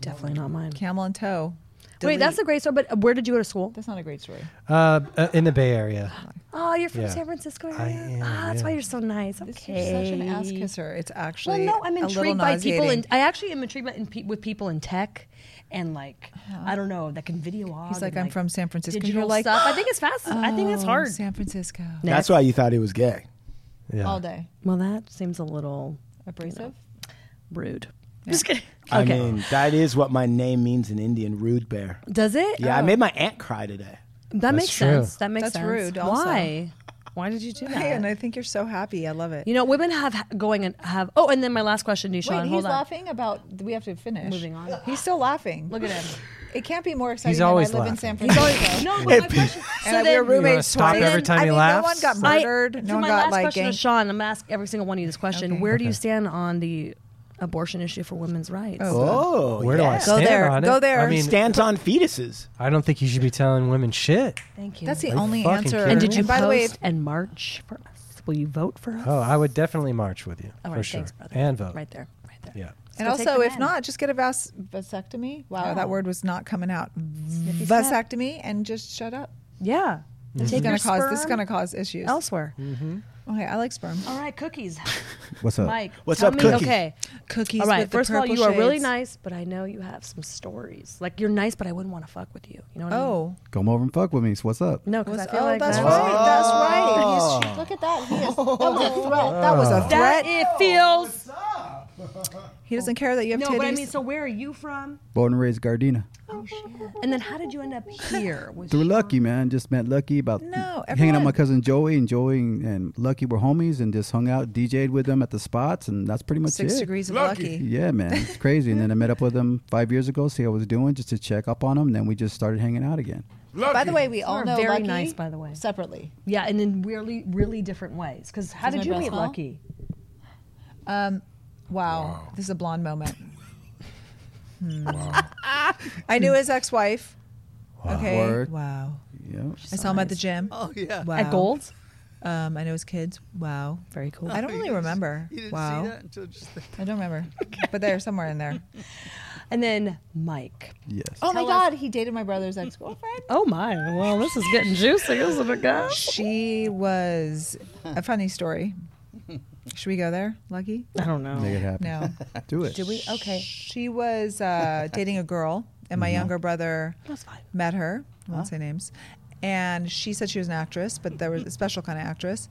S1: Definitely not mine.
S2: Camel and toe.
S1: Wait, that's a great story, but uh, where did you go to school?
S2: That's not a great story.
S4: Uh, uh, in the Bay Area.
S1: Oh, you're from
S4: Yeah.
S1: San Francisco area?
S4: I am,
S1: ah, that's
S4: yeah.
S1: why you're so nice. Okay.
S2: This is such an ass kisser. It's
S1: Well,
S2: actually
S1: no, I'm
S2: a little
S1: intrigued by people. In,
S2: nauseating.
S1: I actually am intrigued by, in, pe- with people in tech and like I don't know that can video.
S2: He's like, I'm from San Francisco. And
S1: Digital
S2: You're like,
S1: stuff. I think it's fast. I think it's
S2: "Oh,
S1: hard.
S2: San Francisco.
S3: That's why you thought he was gay.
S4: Yeah.
S2: All day.
S1: Well, that seems a little
S2: Abrasive.
S1: rude. Just kidding.
S3: I
S1: Okay.
S3: mean, that is what my name means in Indian, rude bear.
S1: Does it? Oh,
S3: Yeah, I made my aunt cry today.
S1: that makes
S4: true.
S1: sense. That makes
S2: That's
S1: sense.
S2: rude also.
S1: Why? Why did you do that?
S2: Hey, and I think you're so happy. I love it.
S1: you know, women have ha- going and have. Oh, and then my last question, Nishan.
S2: Wait,
S1: hold
S2: he's
S1: on.
S2: laughing about. We have to finish.
S1: Moving on.
S2: He's still laughing.
S1: Look at him.
S2: It can't be more exciting.
S4: He's
S2: than
S4: always
S2: I live in
S4: laughing.
S2: San
S1: He's
S2: Francisco.
S1: always no. But my question.
S2: and
S1: So
S2: I- we were
S1: then,
S4: You wanna
S2: roommates
S4: stop
S2: twice.
S4: every time
S2: I
S4: he
S2: mean,
S4: laughs?
S2: no one got
S1: I-
S2: murdered.
S1: so
S2: no one
S1: my
S2: got
S1: last
S2: like
S1: question
S2: gang-
S1: to Sean. I'm asking every single one of you this question.
S2: Okay.
S1: Where do you stand on the abortion issue for women's rights?
S3: Oh,
S4: Where do I
S3: yeah.
S4: stand
S2: there.
S4: on it?
S2: Go there.
S4: I mean,
S3: Stands on fetuses.
S4: I don't think you should be telling women shit.
S1: Thank you.
S2: That's the
S4: Are you
S2: only
S4: fucking
S2: answer.
S4: kidding
S1: and did you
S2: by the way,
S1: post and march for us? Will you vote for us?
S4: Oh, I would definitely march with you
S1: All
S4: for
S1: right,
S4: sure.
S1: thanks, brother.
S4: And vote.
S1: Right there, right there.
S4: Yeah.
S2: and
S1: go take
S2: also
S1: the
S2: if
S1: men.
S2: not, just get a vas- vasectomy. Wow, that word was not coming out.
S1: snap.
S2: vasectomy, and just shut up.
S4: Mm-hmm.
S1: Yeah.
S2: This is
S1: Take
S2: gonna
S1: your
S2: cause this is
S1: sperm
S2: gonna cause issues.
S1: elsewhere.
S2: Okay, I like sperm.
S1: All right, cookies.
S3: What's up?
S1: Mike,
S3: What's
S1: tell
S3: up,
S1: me,
S3: Cookie?
S1: Okay.
S2: Cookies.
S1: all right.
S2: with the
S1: First of all, you
S2: purple
S1: are really
S2: shades.
S1: nice, but I know you have some stories. Like you're nice, but I wouldn't want to fuck with you. You know what I mean?
S2: Oh,
S5: Come over and fuck with me. So what's up?
S1: No, because
S2: was,
S1: I feel
S2: oh,
S1: like Oh.
S2: that's
S1: that-
S2: right. That's right. He's, look at that. He is, that was a threat. That was a threat.
S1: That it feels.
S2: He doesn't care that you have
S1: No,
S2: titties.
S1: but I mean, so where are you from?
S5: Born and raised Gardena.
S1: And then how did you end up here? With
S5: Through Lucky, man. Just met Lucky about
S2: No,
S5: hanging out
S2: everyone-
S5: with my cousin Joey and Joey and, and Lucky were homies and just hung out, DJ'd with them at the spots and that's pretty much
S2: Six
S5: it.
S2: degrees of lucky.
S5: Yeah, man. It's crazy. and then I met up with them five years ago, see how I was doing, just to check up on them. Then we just started hanging out again.
S2: By the way, we all
S1: are
S2: know
S1: very
S2: Oh, Lucky
S1: nice, by the way.
S2: Separately.
S1: yeah, and in really, really different ways. Because how
S2: This
S1: did
S2: is
S1: you
S2: my
S1: meet
S2: best pal.
S1: Lucky?
S2: Wow. This is a blonde moment. Hmm. I knew his ex wife. Okay.
S5: Word.
S2: Wow.
S5: Yeah.
S2: I saw him at the gym. Oh yeah. Wow.
S1: At Gold's?
S2: Um, I know his kids. Wow.
S1: Very cool.
S2: I don't really remember. wow. I don't remember. But they're somewhere in there.
S1: And then Mike.
S5: Yes.
S2: Oh my god, he dated my brother's ex girlfriend.
S1: Oh my! Well, this is getting juicy, isn't it, guys?
S2: She was a funny story. Should we go there, Lucky?
S1: I don't know.
S5: Make it happen.
S2: No.
S5: Do it.
S1: Did we? Okay,
S2: She was uh, dating a girl, and
S5: Mm-hmm.
S2: my younger brother
S1: that's fine.
S2: met her. I won't say names. And she said she was an actress, but there was a special kind of actress.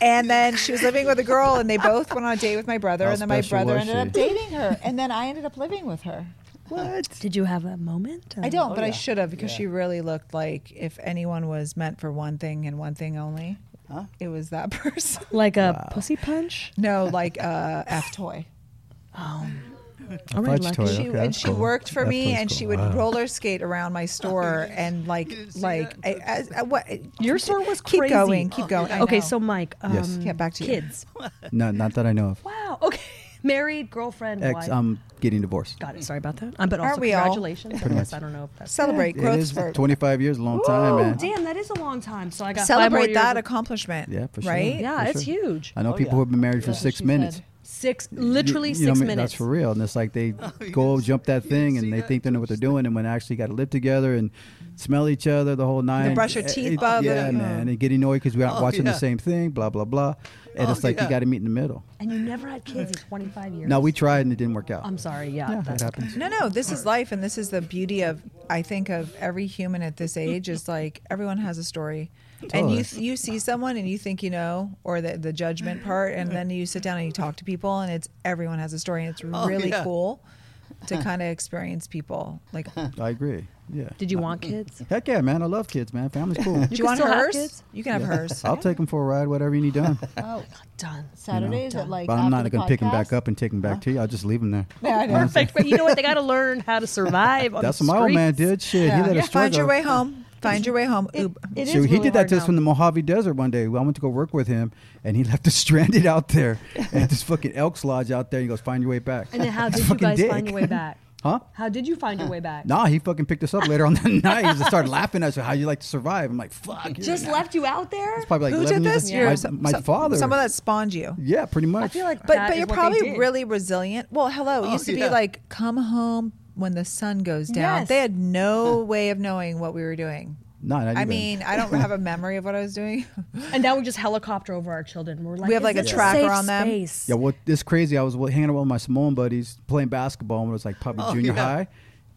S2: and then she was living with a girl, and they both went on a date with my brother,
S5: How
S2: and then my
S5: special
S2: brother
S5: was
S2: ended up
S5: she?
S2: dating her, and then I ended up living with her.
S1: Did you have a moment?
S2: I don't, but I should have because she really looked like if anyone was meant for one thing and one thing only. It was that person.
S1: Like a pussy punch?
S2: No, like uh, F toy.
S1: All right,
S5: fudge
S1: lucky.
S5: toy.
S2: She,
S5: Oh, Okay,
S2: and
S5: that's
S2: she
S5: cool.
S2: worked for
S5: That
S2: me,
S5: was
S2: and
S5: cool.
S2: she would roller skate around my store and like like I, I, I, what
S1: Your store was
S2: keep
S1: crazy. Oh,
S2: going, keep going. I
S1: okay,
S2: know.
S1: so Mike, um,
S5: Yes.
S2: Yeah, back to you.
S1: kids.
S5: No, not that I know of.
S1: Wow. Okay, married, girlfriend,
S5: Ex, um,
S1: wife.
S5: I'm getting divorced.
S1: Got it. Sorry about that. Um, but also
S2: Aren't we all?
S1: congratulations. I, guess. I don't know if that's
S2: celebrate
S5: It
S2: growth
S5: is
S2: spurt.
S5: 25 years, long time,
S1: Whoa,
S5: man.
S1: Damn, that is a long time. So I got five more
S2: Celebrate
S1: years
S2: that
S1: of-
S2: accomplishment.
S5: Yeah, for sure.
S2: Right?
S1: yeah,
S5: for
S1: it's
S5: sure.
S1: huge.
S2: Oh,
S5: I know people who have been married for six minutes.
S1: Six, literally
S5: You-
S1: six
S5: you know what I mean?
S1: minutes.
S5: That's for real. And it's like
S6: Oh,
S5: they go jump that thing and they think they know what they're doing. And when they actually got to live together and smell each other the whole nine.
S2: brush your
S5: it-
S2: teeth,
S5: it-
S2: bub,
S5: Yeah,
S2: and-
S5: man. And getting annoyed because we're not
S6: Oh,
S5: watching
S6: yeah.
S5: the same thing, blah, blah, blah. And
S6: Oh,
S5: it's like
S6: yeah.
S5: you got to meet in the middle.
S1: And you never had kids in 25 years.
S5: Now, we tried and it didn't work out.
S1: I'm sorry. Yeah,
S5: yeah, it
S1: that's okay.
S5: happens.
S2: No, no, this is life, and this is the beauty of I think of every human at this age is like everyone has a story, and you
S5: Totally.
S2: you see someone and you think you know, or the the judgment part, and then you sit down and you talk to people, and it's everyone has a story, and it's really
S6: yeah.
S2: cool to kind of experience people. Like, do
S5: I agree. Yeah.
S1: Did you want kids?
S5: Heck yeah, man. I love kids, man. Family's cool.
S2: you,
S1: can
S2: want
S1: still have
S2: hers?
S1: kids?
S2: You can have hers.
S5: I'll take them for a ride, whatever you need done.
S1: Oh, done.
S7: Saturdays at like.
S5: but I'm
S7: after
S5: not
S7: the
S5: going to pick them
S7: podcast?
S5: back up and take them back to you. I'll just leave them there.
S1: Perfect. But you know what? They got to learn how to survive. On
S5: That's
S1: the
S5: what my old man
S1: streets.
S5: did. Shit, he let us
S2: Find your
S5: struggle.
S2: way home. Find your way home. Oob.
S7: It is
S5: Shoot, he
S7: really
S5: did that
S7: hard
S5: to us
S7: now.
S5: from the Mojave Desert one day. I went to go work with him, and he left us stranded out there at this fucking Elks Lodge out there. He goes, "Find your way back."
S1: And then how
S5: He's
S1: did you
S5: fucking
S1: guys
S5: dick.
S1: find your way back?
S5: Huh?
S1: How did you find your way back?
S5: Nah, he fucking picked us up later on that night. He just started laughing at us. How you like to survive? I'm like, "Fuck." you're
S7: Just
S5: not-"
S7: left you out there.
S5: It's probably like
S2: Who
S5: 11
S2: did
S5: years
S2: this?
S5: old.
S2: Your-
S5: My,
S2: some-
S5: my
S2: some-
S5: father.
S2: Someone that spawned you.
S5: yeah, pretty much.
S1: I feel like
S2: But
S1: that
S2: but
S1: is
S2: you're
S1: what they
S2: probably
S1: did.
S2: really resilient. Well, hello. It
S6: Oh,
S2: used to
S6: yeah.
S2: be like come home when the sun goes down.
S1: Yes.
S2: They had no way of knowing what we were doing.
S5: no, not
S2: I
S5: even.
S2: mean, I don't have a memory of what I was doing.
S1: And now we just helicopter over our children. We're like,
S2: We have,
S1: is
S2: like, a
S1: this
S2: tracker
S1: safe
S2: on them.
S1: Space?
S5: Yeah, well, it's crazy. I was wa- hanging out with my Samoan buddies playing basketball when I was like probably
S6: Oh,
S5: junior
S6: yeah.
S5: high,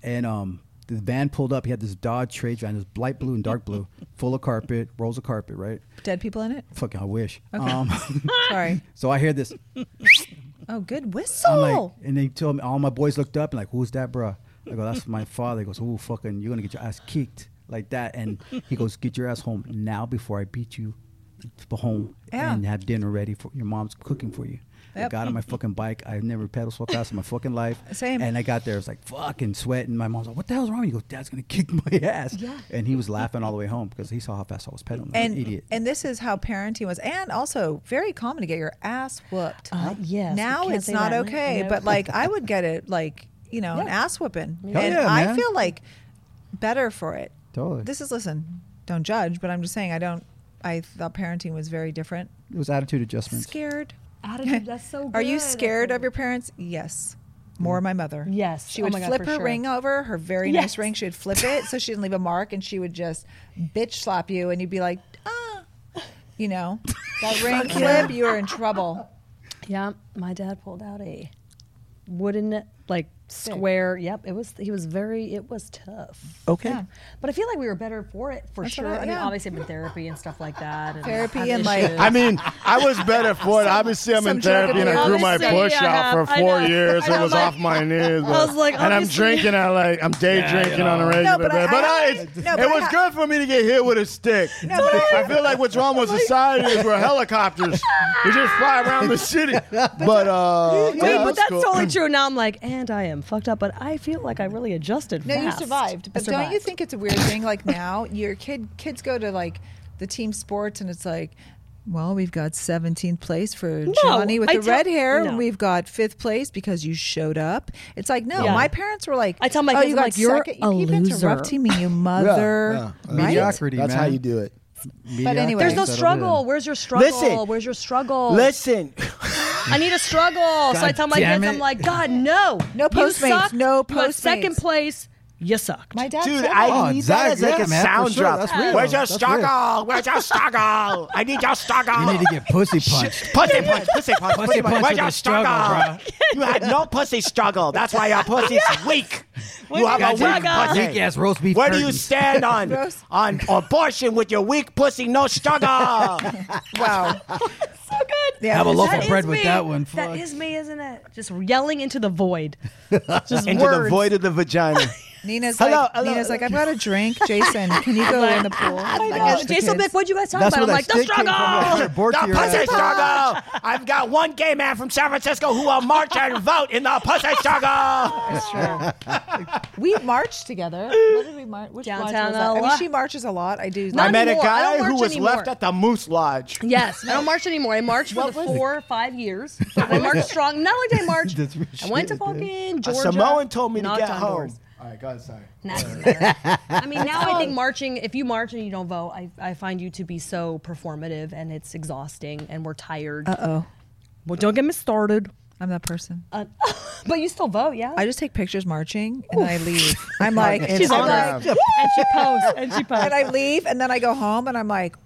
S5: and um, the van pulled up. He had this Dodge trade van, this light blue and dark blue, full of carpet, rolls of carpet, right?
S2: Dead people in it.
S5: Fucking, I wish. Um,
S2: Sorry.
S5: so I hear this.
S2: Ah. Oh, good
S5: I'm
S2: whistle.
S5: like, and they told me all my boys looked up and like, "Who's that, bruh? I go, "That's my father." He goes, "Ooh, fucking, you're gonna get your ass kicked like that." And he goes, "Get your ass home now before I beat you to home
S2: Yeah.
S5: and have dinner ready for your mom's cooking for you." I
S2: Yep.
S5: got on my fucking bike. I never pedaled so fast in my fucking life.
S2: Same.
S5: And I got there, it was like fucking sweating. My mom's like, "What the hell's wrong?" with you?" He goes, "Dad's gonna kick my ass." Yeah. And he was laughing all the way home because he saw how fast I was pedaling. Like
S2: and
S5: an idiot.
S2: and this is how parenting was, and also very common to get your ass whooped.
S1: Uh, yes, we
S2: Now
S1: can't
S2: it's
S1: say
S2: not
S1: that, right?
S2: okay,
S1: No.
S2: but like I would get it, like you know, an ass whooping,
S5: Hell
S2: and
S5: yeah,
S2: I
S5: man.
S2: feel like better for it.
S5: Totally.
S2: This is listen. Don't judge, but I'm just saying I don't. I thought parenting was very different.
S5: it was attitude adjustments.
S2: Scared.
S1: Attitude, that's so
S2: Are you
S1: good.
S2: scared of your parents? Yes. More my mother.
S1: Yes.
S2: She
S1: Oh
S2: would
S1: my God,
S2: flip
S1: for
S2: her
S1: sure.
S2: ring over, her very
S1: Yes.
S2: nice ring. She would flip it so she didn't leave a mark and she would just bitch slap you and you'd be like, ah, you know, that ring flip, you were in trouble.
S1: Yeah, my dad pulled out a wooden like square. Yep, it was. He was very. It was tough.
S5: Okay.
S2: Yeah.
S1: But I feel like we were better for it for
S2: That's what
S1: sure. I,
S2: I-
S1: mean,
S2: yeah.
S1: obviously, I've been therapy and stuff like that. And
S2: Therapy
S1: have
S2: and, like-
S1: issues.
S6: I mean, I was better for it. Obviously, I'm
S2: some
S6: in therapy and I
S2: drug
S6: grew my
S1: abuse.
S6: push
S1: Obviously, I
S6: out for
S1: have. I
S6: four
S1: know.
S6: years.
S1: I
S6: It was
S1: know.
S6: off my knees. but-
S1: I was like,
S6: and I'm
S1: obviously-
S6: drinking. I like, I'm day drinking on a regular.
S2: but I-
S6: basis. but
S2: I-
S6: I,
S2: no, but
S6: it
S2: I
S6: was
S2: ha-
S6: good for me to get hit with a stick. I feel like what's wrong with society is we're helicopters. we just fly around the city. But uh,
S1: Wait,
S6: yeah, it
S1: but
S6: was
S1: that's
S6: cool.
S1: totally true. Now I'm like, and I am fucked up, but I feel like I really adjusted.
S2: No, you
S1: fast.
S2: survived.
S1: I
S2: But don't you
S1: survived.
S2: think it's a weird thing? Like now, your kid kids go to like the team sports, and it's like, well, we've got 17th place for Giovanni with
S1: I
S2: the
S1: tell-
S2: red hair,
S1: no.
S2: and we've got fifth place because you showed up. It's like, no,
S1: Yeah.
S2: my parents were like,
S1: I tell my
S2: oh,
S1: kids,
S2: you
S1: I'm
S2: got
S1: like, "You're
S2: second.
S1: a
S2: you keep
S1: loser."
S2: interrupting me, you mother.
S6: yeah.
S2: Right?
S5: Mediocrity,
S6: That's
S5: man.
S6: how you do it.
S5: Mediocrity
S2: anyway.
S1: There's no
S5: settled in.
S1: struggle. Where's your struggle?
S3: Listen.
S1: Where's your struggle?
S3: Listen,
S1: I need a struggle. so I tell my
S5: damn
S1: kids,
S5: it.
S1: I'm like, God, no.
S2: No
S1: You
S2: Postmates,
S1: suck.
S2: no
S1: You have second
S2: Postmates.
S1: place. You sucked.
S2: My dad,
S3: dude,
S2: said
S3: I
S5: Oh,
S3: need
S5: Zach,
S3: that as like
S5: yeah,
S3: a
S5: man, for
S3: sound
S5: sure.
S3: drop.
S5: That's real.
S3: Where's your
S5: That's real.
S3: struggle? Where's your struggle? I need your struggle.
S5: You need to get pussy punched.
S3: Pussy punch, pussy punch, pussy punch.
S5: punch
S3: Where's
S5: with
S3: your
S5: a struggle,
S3: struggle? You had no pussy struggle. That's why your pussy's weak. You have a
S5: Goddamn
S3: weak
S5: weak ass
S3: pussy.
S5: roast beef.
S3: Where do you
S5: curtains.
S3: stand on
S2: Gross.
S3: on abortion with your weak pussy? No struggle.
S2: that. Wow.
S1: so good.
S2: Yeah. Have a
S5: loaf
S1: That
S5: of
S1: is
S5: bread with
S1: me.
S5: that one,
S1: That
S5: fuck.
S1: is me, isn't it? Just yelling into the void. Just
S3: Into
S1: words.
S3: the void of the vagina.
S2: Nina's
S3: Hello,
S2: like,
S3: hello,
S2: Nina's like,
S3: hello.
S2: I've got a drink. Jason, can you go in the pool?
S1: Like, Jason, will be like, what'd you guys talk about? I'm like, the struggle.
S3: The pussy struggle. I've got one gay man from San Francisco who will march and vote in the pussy struggle.
S2: That's true. we marched together. What did we march? Which march
S1: Downtown
S2: was that? I
S1: LA.
S2: mean, she marches a lot. I do.
S1: Not
S6: I met a
S1: anymore. I
S6: guy
S1: don't
S6: who
S1: march
S6: was
S1: anymore.
S6: left at the Moose Lodge.
S1: Yes, I don't march anymore. I marched for the four, five years. But I marched strong. Not only did I march,
S5: That's what
S1: I went to
S5: she did.
S1: fucking
S6: A
S1: Georgia.
S6: Samoan told me to
S1: knocked
S6: get
S1: on
S6: home.
S1: doors.
S6: All right, God, sorry.
S1: Nah, it doesn't matter. I mean, now I think marching, if you march and you don't vote, I, I find you to be so performative and it's exhausting and we're tired.
S2: Uh oh,
S1: well, don't get me started.
S2: I'm that person.
S1: Uh, but you still vote, yeah?
S2: I just take pictures marching and then I leave. I'm like, and
S1: She's
S2: I'm
S6: uh,
S1: like,
S2: like,
S1: and she posts, and she posts.
S2: and I leave, and then I go home, and I'm like,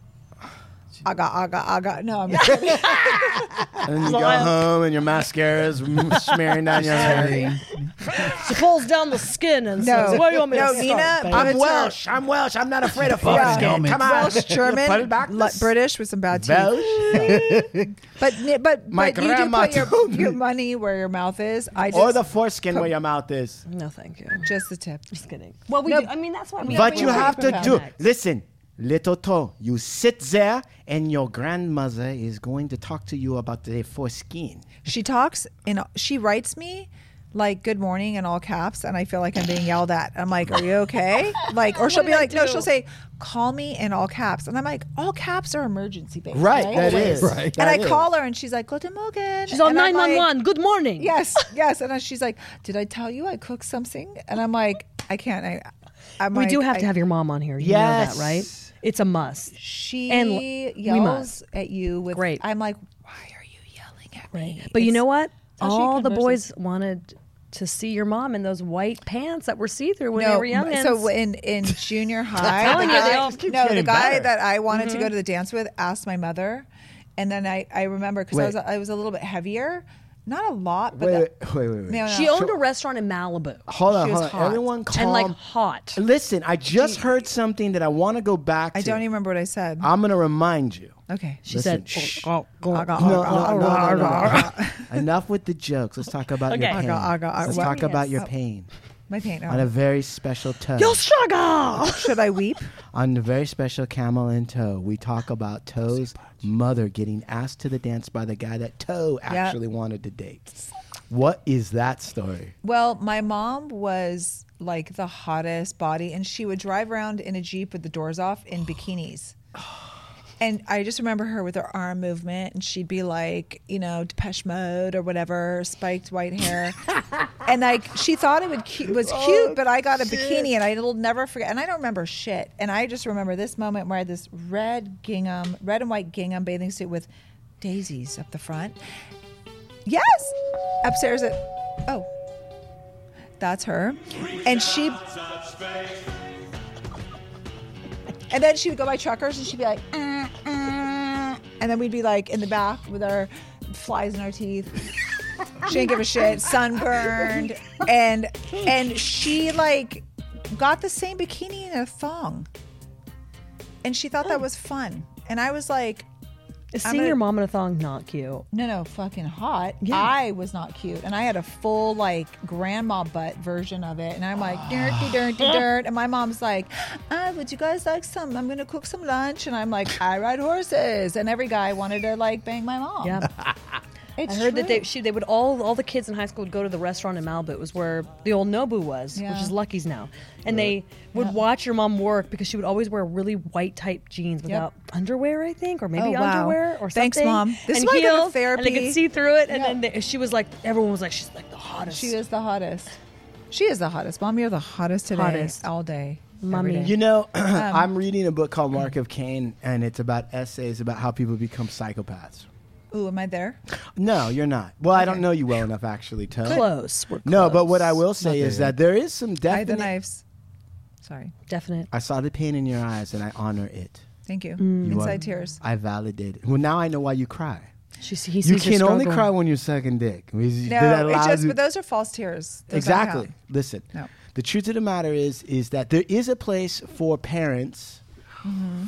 S2: I got, I got, I got. No, I'm just kidding.
S6: And then you go home and your mascara's smearing down your hair.
S1: she pulls down the skin and
S2: No.
S1: says, "What do you want me
S2: No,
S1: to
S2: Nina,
S1: start?" babe?"
S2: but
S3: I'm
S2: it's
S3: Welsh. I'm Welsh. I'm not afraid of
S2: Yeah.
S3: fucking
S5: Helmet.
S3: Come on.
S2: Welsh,
S3: Put it back.
S2: German,
S3: this-
S2: Lu- British with some bad teeth.
S3: Welsh.
S2: But ni- but
S6: My
S2: but you do
S6: grandma
S2: put your,
S6: told
S2: your money where your mouth is. I just
S6: Or the foreskin where your mouth is.
S1: No, thank you.
S2: just the tip.
S1: Just kidding. Well, we.
S2: No.
S1: do, I mean, that's why we.
S6: But
S1: we
S6: you have to
S1: we-
S6: do. Listen, little toe, you sit there and your grandmother is going to talk to you about the foreskin.
S2: She talks and she writes me like good morning in all caps and I feel like I'm being yelled at. I'm like, Are you okay? Like or she'll
S1: What
S2: be
S1: did I
S2: like, No,
S1: do?
S2: she'll say, Call me in all caps and I'm like, All caps are emergency based.
S6: Right, that
S2: Always.
S6: is. Right.
S2: And
S6: That
S2: I
S6: is.
S2: call her and she's like, Good morning.
S1: She's on
S2: And I'm
S1: nine
S2: like,
S1: one one. Good morning.
S2: Yes, yes. And then she's like, Did I tell you I cooked something? And I'm like, I can't I I'm
S1: We
S2: like,
S1: do have
S2: I-
S1: to have your mom on here. You know
S6: Yes.
S1: that, right? It's a must.
S2: she
S1: And l- we
S2: yells
S1: must.
S2: at you with
S1: Great.
S2: I'm like, Why are you yelling at me?
S1: But you
S2: It's-
S1: know what?
S2: how she
S1: All the
S2: converses.
S1: boys wanted to see your mom in those white pants that were see through when they were young.
S2: So in in junior high, the
S1: telling you, they
S2: guy,
S1: all- Just
S6: keeps
S2: no, the
S6: getting
S2: guy
S6: better.
S2: that I wanted
S1: Mm-hmm.
S2: to go to the dance with asked my mother, and then I I remember because I was I was a little bit heavier, not a lot, but
S3: Wait,
S2: the-
S3: wait, wait, wait, wait.
S2: No, no,
S1: she
S2: no.
S1: owned a restaurant in Malibu.
S3: Hold on,
S2: She was
S3: hold on.
S2: hot.
S3: Everyone calm.
S1: And like hot.
S3: Listen, I just heard something that I want to go back to.
S2: I don't even remember what I said.
S3: I'm going to remind you.
S2: okay,
S1: She
S3: Listen,
S1: said,
S3: shh.
S1: "Oh, go,
S2: I got-
S3: No,
S2: I
S3: no,
S2: got-
S3: no,
S2: I
S3: no,
S2: got-
S3: no, no. Enough with the jokes. Let's talk about
S1: Okay.
S3: your pain.
S2: aga,
S1: Aga,
S2: aga.
S3: Let's
S2: What?
S3: talk about your
S2: Yes.
S3: pain
S2: my pain.
S3: on a
S2: Oh.
S3: very special toe.
S1: "You'll struggle."
S2: Should I weep?
S3: On the very special Camel and Toe, we talk about Toe's mother getting asked to the dance by the guy that Toe actually wanted to date. What is that story?
S2: Well, my mom was like the hottest body, and she would drive around in a Jeep with the doors off in bikinis. And I just remember her with her arm movement, and she'd be like, you know, Depeche Mode or whatever, spiked white hair, and like she thought it would cu- was cute, but I got a bikini, and I'll never forget. And I don't remember shit, and I just remember this moment where I had this red gingham, red and white gingham bathing suit with daisies up the front. Yes, upstairs at oh, that's her, and she. And then she would go by truckers and she'd be like, "Uh, uh," and then we'd be like in the back with our flies in our teeth. she didn't give a shit, sunburned, and and she like got the same bikini in a thong, and she thought that was fun. And I was like,
S1: Is
S2: I'm
S1: seeing
S2: gonna-
S1: your mom in a thong not cute?
S2: no, no, fucking hot. I was not cute, and I had a full like grandma butt version of it, and I'm like dirty, dirty, dirt, and my mom's like, ah, would you guys like some? I'm gonna cook some lunch, and I'm like, I ride horses, and every guy wanted to like bang my mom.
S1: Yeah.
S2: It's
S1: I heard that
S2: true.
S1: they she, they would all all the kids in high school would go to the restaurant in Malibu. It was where the old Nobu was,
S2: Yeah.
S1: which is Lucky's now. And they would watch your mom work because she would always wear really white tight jeans without underwear, I think, or maybe
S2: Oh, wow.
S1: underwear or
S2: Thanks,
S1: something.
S2: Mom. This is
S1: and
S2: why I go to
S1: heels, And they
S2: therapy.
S1: could see through it. And
S2: Yeah.
S1: then they, she was like, everyone was like, she's like the hottest.
S2: She is the hottest. She is the hottest. Mom, you're the hottest today.
S1: Hottest.
S2: all day.
S1: Mommy.
S2: every day.
S3: You know,
S1: Um,
S3: I'm reading a book called Mark of Cain, and it's about essays about how people become psychopaths.
S2: Ooh, am I there?
S3: No, you're not. Well, I don't know you well enough, actually, Toe.
S1: close. We're
S3: No, but
S1: close.
S3: what I will say is that there is some
S2: I the
S3: definite.
S2: knives. Sorry.
S1: definite.
S3: I saw the pain in your eyes, and I honor it.
S2: Thank Mm. you.
S3: You
S2: Inside
S3: are-
S2: tears.
S3: I validate it. Well, now I know why you cry.
S1: She, he
S3: You
S1: sees your
S3: can only
S1: struggle.
S3: cry when you're sucking dick. No,
S2: No, it's just, but those are false tears. Those don't
S3: exactly.
S2: count.
S3: Listen,
S2: No.
S3: the truth of the matter is, is that there is a place for parents
S2: Mm.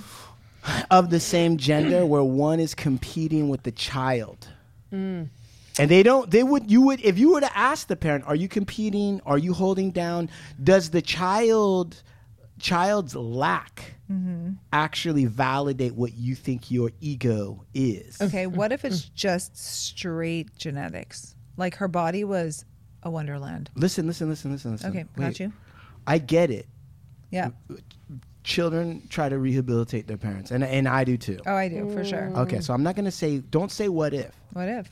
S3: of the same gender where one is competing with the child. And they don't. They would. You would. If you were to ask the parent, "Are you competing? Are you holding down? Does the child child's lack
S2: Mm-hmm.
S3: actually validate what you think your ego is?"
S2: Okay, what if it's just straight genetics? Like her body was a wonderland.
S3: Listen. Listen. Listen. Listen. Listen.
S2: Okay, got you.
S3: I get it.
S2: Yeah.
S3: Children try to rehabilitate their parents, and and I do too.
S2: Oh, I do for sure.
S3: Okay, so I'm not gonna say. Don't say what if.
S2: What if?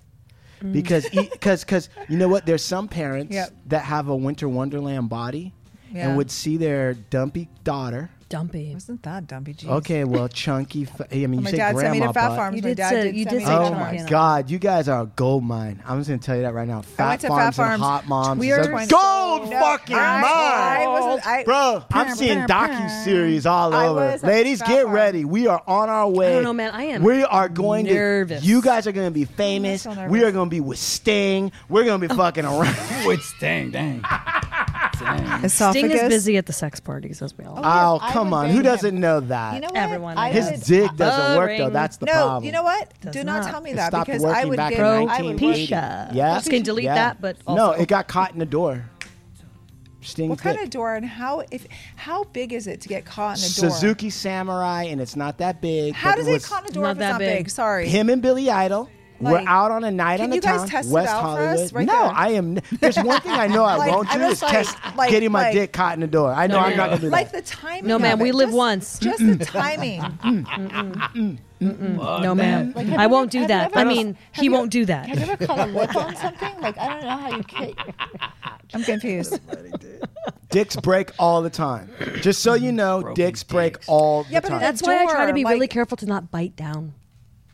S3: because because because you know what there's some parents
S2: Mm. Yep.
S3: that have a winter wonderland body
S2: Yeah.
S3: and would see their dumpy daughter
S1: Dumpy.
S2: Wasn't that dumpy? Jeez.
S3: okay well chunky fa- i mean you
S2: Oh my
S3: say
S2: dad sent
S3: grandma
S2: me to Fat
S3: bod.
S2: Farms.
S1: You
S2: my
S1: did
S2: dad
S1: say-
S2: did
S1: you
S2: send
S1: did
S2: me
S1: say
S2: to
S3: oh
S1: Fat
S2: Fat
S3: my
S2: Farms.
S1: Farms.
S3: god you guys are a gold mine i'm just gonna tell you that right now fat,
S2: I went to
S3: farms,
S2: Fat Farms.
S3: and hot moms
S2: We are
S3: is a
S2: 20
S3: gold
S2: No,
S3: fucking
S2: I- I
S3: mine
S2: wasn't- I-
S3: bro i'm seeing docu-series all
S2: I
S3: over
S2: was at
S3: ladies
S2: Fat
S3: get
S2: Farms.
S3: ready we are on our way
S1: don't know, man. I am
S3: we are going
S1: nervous.
S3: to you guys are gonna be famous
S2: so
S3: we
S2: nervous.
S3: are gonna be with sting we're gonna be fucking around
S5: Oh, it's dang, dang. dang.
S2: Esophagus.
S1: Sting is busy at the sex parties, as we all. know.
S3: Oh,
S2: I
S3: come
S2: would
S3: on.
S2: ban
S3: Who
S2: him.
S3: doesn't know that?
S2: You know what?
S1: Everyone
S2: I
S3: His
S2: would-
S3: dick doesn't work, though.
S1: Boring.
S3: That's the
S2: no,
S3: problem.
S2: you know what?
S1: Does
S2: Do not,
S1: not.
S2: tell me
S3: It
S2: that
S3: stopped
S2: because
S3: working
S2: I would
S3: back
S2: get.
S3: in
S2: I would
S3: 1980.
S2: work.
S1: Pisha.
S3: Yeah.
S1: Just gonna delete
S3: Yeah.
S1: that, but
S3: No,
S1: also-
S3: it got caught in the door. Sting's
S2: What kind
S3: dick.
S2: of door and how? If how big is it to get caught in a door?
S3: Suzuki Samurai, and it's not that big.
S2: How
S3: but
S2: does
S3: it
S2: it
S3: was
S2: caught in a door
S1: Not
S2: if it's
S1: that
S2: not big?
S1: big.
S2: Sorry.
S3: Him and Billy Idol.
S2: Like,
S3: we're out on a night
S2: can
S3: on the
S2: you guys
S3: town,
S2: test it
S3: West
S2: out for us
S3: Hollywood.
S2: right
S3: no,
S2: there?
S3: I am. There's one thing I know I
S2: Like,
S3: won't do
S2: I'm
S3: is
S2: just
S3: test
S2: like- like-
S3: getting my
S2: like-
S3: dick caught in the door. I know I'm not gonna do
S2: like
S3: that.
S2: the timing.
S1: No,
S2: of
S1: ma'am,
S2: it.
S1: we live
S2: Just-
S1: once.
S2: Just the timing.
S1: no, ma'am. I won't do that. I mean, he won't do that.
S7: Have you ever caught a lip on something? Like I don't know how you could.
S2: I'm confused.
S3: dicks break all the time. Just so you know, dicks break all the
S2: Yeah, but
S3: time.
S1: That's why I try to be
S2: Like-
S1: really careful to not bite down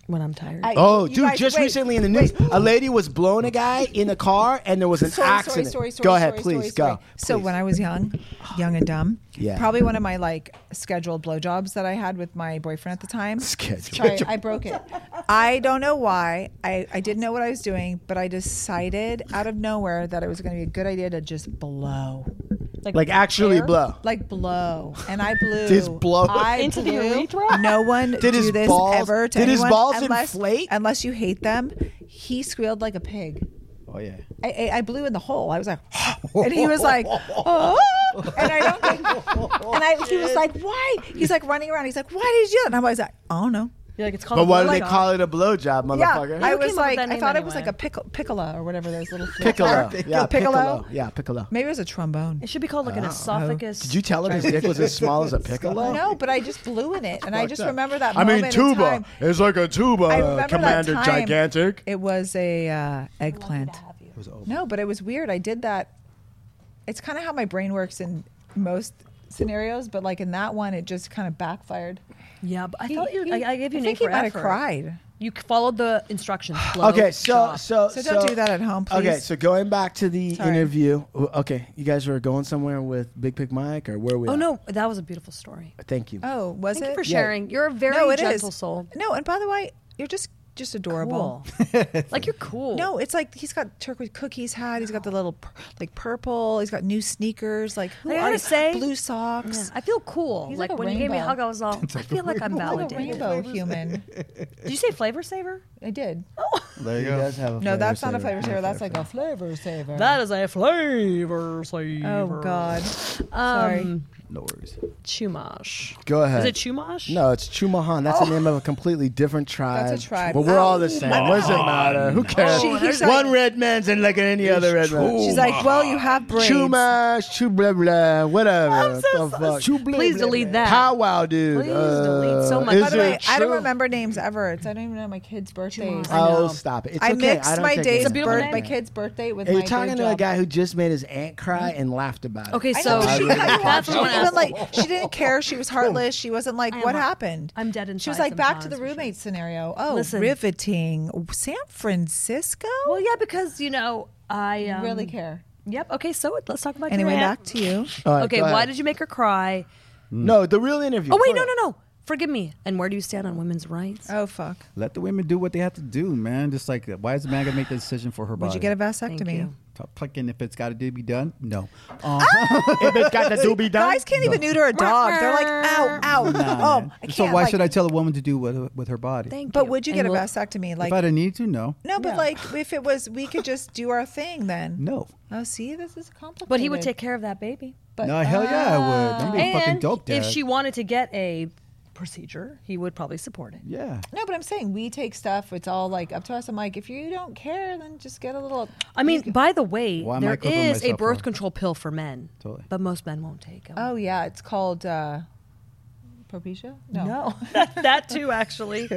S1: when I'm tired.
S2: I-
S3: Oh,
S2: you
S3: dude!
S2: guys-
S3: just
S2: wait,
S3: recently in the news, a lady was blowing a guy in a car, and there was an
S2: Sorry, sorry,
S3: accident.
S2: sorry, sorry,
S3: go ahead,
S2: sorry,
S3: please
S2: sorry,
S3: go.
S2: sorry. So when I was young, young and dumb,
S3: Yeah.
S2: probably one of my like scheduled blowjobs that I had with my boyfriend at the time.
S7: Sorry, I broke it.
S2: I don't know why. I, I didn't know what I was doing, but I decided out of nowhere that it was going to be a good idea to just blow.
S3: like actually blow.
S2: Like blow. And I blew.
S3: Just blow.
S2: I
S1: Into the
S2: blew.
S1: urethra?
S2: No one did
S3: his
S2: this
S3: balls-
S2: ever to
S3: did his
S2: anyone
S3: balls
S2: unless,
S3: inflate?
S2: Unless you hate them. He squealed like a pig.
S5: Oh, yeah.
S2: I, I, I blew in the hole. I was like, and he was like, oh, and I don't think, and I, he was like, why? He's like running around. He's like, why did you? And I was like, I don't know.
S1: You're like it's called.
S3: But why
S1: a
S3: do they
S1: blowjob.
S3: call it a blowjob,
S2: Yeah,
S3: motherfucker?
S2: I
S1: Who
S2: was
S1: came up with
S2: like,
S1: that
S2: I
S1: name
S2: thought it was
S1: anyway?
S2: like a pickle, piccola or whatever those little
S3: piccolo. Yeah,
S2: piccolo.
S3: piccolo. Yeah, piccolo.
S2: Maybe it was a trombone.
S1: It should be called like an esophagus.
S3: Did you tell him his dick was as small as a piccolo?
S2: No, but I just blew in it, and I just remember that.
S6: I mean,
S2: moment in
S6: tuba.
S2: time.
S6: It's like a tuba,
S2: I
S6: uh,
S2: remember that
S6: Commander
S2: time.
S6: Gigantic.
S2: It was a uh, eggplant. No, but it was weird. I did that. It's kind of how my brain works in most scenarios, but like in that one, it just kind of backfired.
S1: Yeah, but I thought you. I, I gave you
S2: I
S1: a name
S2: think
S1: for
S2: he might have
S1: effort.
S2: cried.
S1: You c- followed the instructions. Blow,
S3: Okay, so
S1: job.
S3: so
S2: So don't do that at home, please.
S3: Okay, so going back to the
S2: Sorry.
S3: interview. Okay, you guys were going somewhere with Big Pick Mike, or where were we?
S1: Oh
S3: at?
S1: no, that was a beautiful story.
S3: Thank you.
S2: Oh, was it?
S1: Thank you for sharing. You're a very
S2: no, it is.
S1: gentle soul.
S2: No, and by the way, you're just just adorable.
S1: Cool. like you're cool.
S2: No, it's like he's got turquoise cookies hat. He's got the little pur- like purple. He's got new sneakers. Like who
S1: I
S2: are
S1: gotta
S2: you?
S1: say-
S2: blue
S1: Yeah,
S2: socks.
S1: I feel cool.
S7: He's
S1: Like,
S7: like a
S1: when you gave me a
S7: rainbow.
S1: hug, I was all. I feel like I'm
S2: I'm like a
S1: validated.
S2: rainbow human.
S1: Did you say flavor saver?
S2: I did.
S5: There you,
S3: He
S5: go.
S3: does have a
S2: No, that's not a
S3: saver.
S2: flavor saver. Oh, That's like a flavor saver.
S1: That is a flavor saver.
S2: oh God. Sorry.
S5: No worries.
S1: Um, Chumash.
S3: Go ahead.
S1: Is it Chumash?
S3: No, it's Chumahan. That's the name of a completely different tribe.
S2: Oh. That's a tribe. Oh
S3: But we're all the same. What does it matter? Who cares?
S2: She- he's
S3: One
S2: like-
S3: red man's in like any other red man.
S2: She's like, well, you have braids.
S3: Chumash, chu blah blah, whatever.
S1: I'm so
S3: The fuck.
S1: sorry. Please delete that.
S3: Powwow, dude.
S1: Please
S3: Uh,
S1: delete so much.
S3: is
S2: By the
S3: it
S2: way, I don't
S3: true?
S2: remember names ever. It's I don't even know my kids' birthdays.
S1: I
S3: Oh,
S1: know.
S3: stop it. It's
S2: I
S3: okay.
S2: mixed
S3: don't
S2: my
S3: take
S2: day's
S3: it
S1: beautiful
S2: birth,
S1: name.
S2: my kid's birthday with
S3: Are you
S2: my
S3: talking
S2: day
S3: to a
S2: job.
S3: guy who just made his aunt cry and laughed about it?
S1: Mm-hmm. Okay,
S2: I
S1: so
S2: know, she,
S1: that's
S2: she
S1: what
S2: didn't
S1: I'm
S2: even like. She didn't care. She was heartless. She wasn't like,
S1: I am
S2: "What
S1: hot-
S2: happened?"
S1: I'm dead
S2: She was
S1: inside
S2: like, "Back to the
S1: sometimes, for sure.
S2: roommate scenario." Oh,
S1: Listen.
S2: riveting. San Francisco.
S1: Well, yeah, because you know I um,
S2: really care.
S1: Yep. Okay, so let's talk about
S2: Anyway,
S1: your
S2: back
S1: aunt.
S2: to you.
S3: All right,
S1: okay,
S3: go
S1: why
S3: ahead.
S1: did you make her cry?
S3: No, the real interview.
S1: Oh wait,
S3: Go
S1: no,
S3: ahead.
S1: no, no. Forgive me. And where do you stand on women's rights?
S2: Oh fuck!
S5: Let the women do what they have to do, man. Just like, why is the man gonna make the decision for her body?
S2: Would you get a
S1: Thank
S2: vasectomy?
S1: you.
S5: T- Fucking if it's got to be done, no. Um,
S6: If it got the doobie done.
S2: Guys can't even neuter a dog. They're like, ow, ow.
S5: nah,
S2: oh,
S5: man.
S2: I can't.
S5: so why
S2: like-
S5: should I tell a woman to do what with her body?
S1: Thank
S2: But
S1: you.
S2: would you
S1: And
S2: get a
S1: look-
S2: vasectomy?
S5: if I
S2: Like,
S5: didn't need to, no.
S2: no, but like, if it was, we could just do our thing then.
S5: No.
S2: Oh, see, this is complicated. Ah.
S1: But he would take care of that baby. But
S5: no, hell yeah, I would. I'm being fucking
S1: and
S5: dope, dad.
S1: if she wanted to get a procedure, he would probably support it.
S5: yeah.
S2: No, but I'm saying we take stuff. It's all like up to us. I'm like, if you don't care, then just get a little.
S1: I mean, by the way,
S5: Why am I
S1: there
S5: cooking
S1: is a
S5: myself
S1: birth
S5: up?
S1: control pill for men,
S5: Totally.
S1: but most men won't take it.
S2: Oh yeah, it's called uh, propecia. No.
S1: no, Oh. that, that too actually.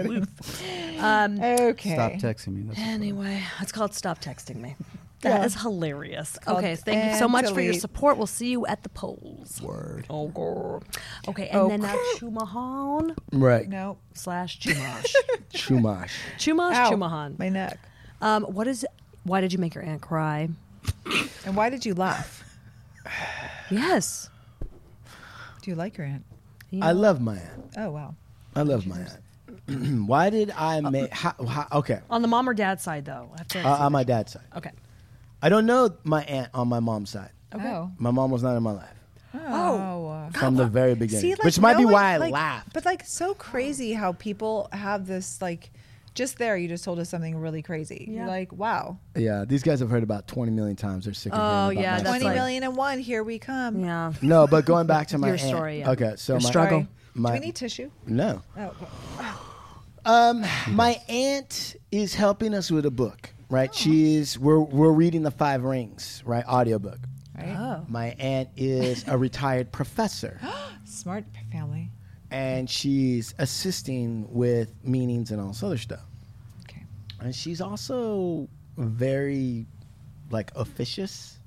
S1: um,
S2: Okay.
S5: Stop texting me. That's
S1: anyway, it's called stop texting me. That is hilarious. Okay, thank you so
S2: and
S1: much for your
S2: delete.
S1: support. We'll see you at the polls.
S5: word.
S1: Oh, girl. Okay, and then now Chumahan
S3: Right.
S2: No.
S1: slash Chumash.
S3: Chumash.
S1: Chumash
S2: Ow,
S1: Chumahan.
S2: My neck.
S1: Um, what is? Why did you make your aunt cry?
S2: And why did you laugh?
S1: Yes.
S2: Do you like your aunt?
S3: I love my aunt.
S2: Oh wow.
S3: I love my aunt. Why did I make? How, how, okay,
S1: On the mom or dad side, though. Uh, I have to-
S3: uh, on my dad's side,
S1: okay.
S3: I don't know my aunt on my mom's side.
S1: Okay.
S2: Oh.
S3: My mom was not in my life
S2: Oh. uh,
S3: from the very beginning,
S2: See, like,
S3: which might
S2: no
S3: be
S2: one-
S3: why I
S2: like-
S3: laughed.
S2: But like, so crazy how people have this like. Just there, you just told us something really crazy. You're
S1: Yeah.
S2: like, wow,
S3: yeah, these guys have heard about twenty million times. They're sick of hearing
S1: Oh,
S3: about
S1: yeah,
S3: my
S1: that's
S2: twenty
S1: like-
S3: side.
S2: million and one, here we come.
S1: Yeah.
S3: No, but going back to my
S1: Your
S3: aunt.
S1: story, yeah.
S3: Okay, so
S1: Your
S3: my
S1: struggle.
S2: Sorry.
S3: My-
S2: Do we need tissue?
S3: No,
S2: Oh,
S3: Um, my aunt is helping us with a book,
S2: Oh.
S3: right? She is. We're we're reading the Five Rings, right? Audiobook.
S1: Oh.
S2: right.
S3: My aunt is a retired professor,
S2: Smart family.
S3: and she's assisting with meanings and all this other stuff.
S2: Okay.
S3: And she's also very, like, officious.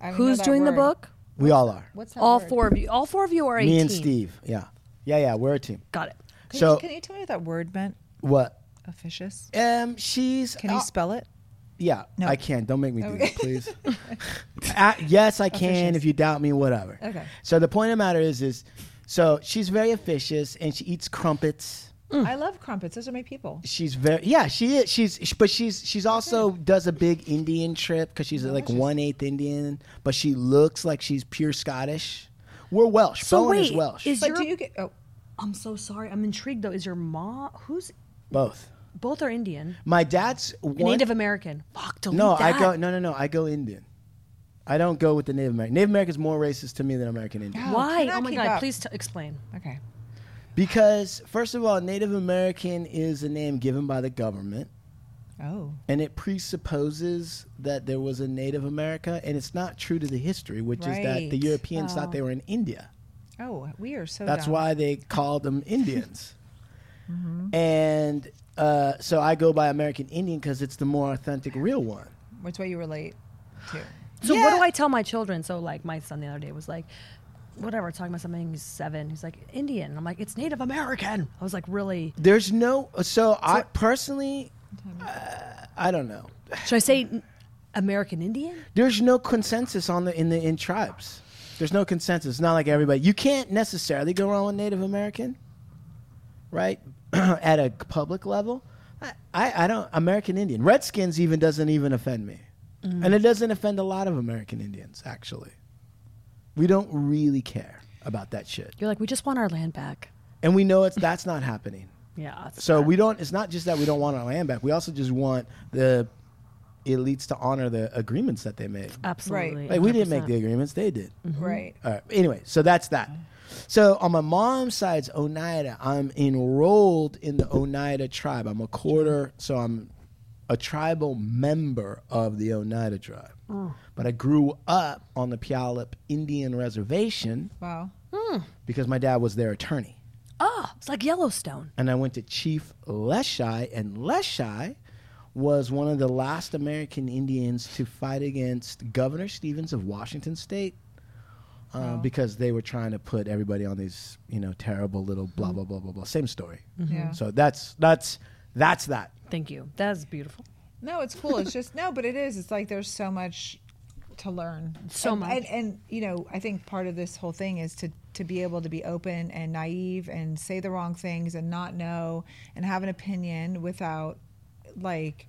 S2: I didn't know
S1: Who's
S2: that
S1: doing the
S2: word.
S1: book?
S3: We all are.
S2: What's that
S1: All
S2: word?
S1: four of you. All four of you are a
S3: Me
S1: team.
S3: and Steve. Yeah, yeah, yeah. We're a team.
S1: Got it.
S2: Can
S3: so
S2: you, can you tell me what that word meant?
S3: what?
S2: Officious.
S3: Um, she's.
S2: Can you
S3: uh,
S2: spell it?
S3: Yeah,
S2: No.
S3: I can. Don't make me do
S2: Okay.
S3: that, please. Uh, yes, I can.
S2: Officious.
S3: If you doubt me, whatever.
S2: Okay.
S3: So the point of the matter is, is so she's very officious and she eats crumpets.
S1: mm.
S2: I love crumpets. Those are my people.
S3: She's very yeah. She is. She's but she's she's also does a big Indian trip because
S2: Oh,
S3: she's like one eighth Indian, but she looks like she's pure Scottish. We're Welsh.
S1: So
S3: Bowen is
S1: wait,
S3: Welsh.
S1: is-
S2: But
S1: your-
S2: do you get? Oh,
S1: I'm so sorry. I'm intrigued though. Is your mom who's
S3: both.
S1: both are Indian,
S3: My dad's one,
S1: Native American? Fuck, delete
S3: No,
S1: that.
S3: I go no no no. I go Indian. I don't go with the Native American. Native American's more racist to me than American Indian.
S2: Oh,
S1: Why?
S2: cannot
S1: Oh my
S2: keep
S1: god!
S2: up.
S1: Please t- explain.
S2: okay.
S3: Because first of all, Native American is a name given by the government.
S2: Oh,
S3: and it presupposes that there was a Native America, and it's not true to the history, which is that the
S2: Right.
S3: Europeans thought they were in India.
S2: oh, we are so.
S3: That's
S2: dumb.
S3: why they called them Indians. And uh, so I go by American Indian because it's the more authentic, real one.
S2: That's why you relate to.
S1: So what do I tell my children? So like my son the other day was like, whatever, talking about something. He's seven. He's like Indian. I'm like, it's Native American. I was like, really?
S3: There's no so I personally, uh, I don't know.
S1: Should I say n- American Indian?
S3: There's no consensus on the in the in tribes. There's no consensus. It's not like everybody. You can't necessarily go wrong with Native American, right? At a public level, I, I, I don't. American Indian, Redskins even doesn't even offend me, and it doesn't offend a lot of American Indians actually. We don't really care about that shit,
S1: You're like, we just want our land back.
S3: and we know it's that's not happening.
S1: Yeah. it's
S3: So
S1: not-
S3: we don't. It's not just that we don't want our land back. We also just want the elites to honor the agreements that they made.
S1: absolutely.
S3: Like we didn't make
S1: 100%.
S3: the agreements; they did.
S2: Right.
S3: All right. Anyway, so that's that. So on my mom's side's Oneida, I'm enrolled in the Oneida tribe. I'm a quarter, so I'm a tribal member of the Oneida tribe. But I grew up on the Puyallup Indian Reservation
S2: Wow.
S3: because my dad was their attorney.
S1: Oh, it's like Yellowstone.
S3: And I went to Chief Leshai, and Leshai was one of the last American Indians to fight against Governor Stevens of Washington State uh, because they were trying to put everybody on these, you know, terrible little blah blah blah blah blah. Same story.
S2: Yeah.
S3: So that's that's that's that.
S1: Thank you. That's beautiful.
S2: No, it's cool. It's just no, but it is. It's like there's so much to learn.
S1: So
S2: And-
S1: much.
S2: and, and you know, I think part of this whole thing is to to be able to be open and naive and say the wrong things and not know and have an opinion without like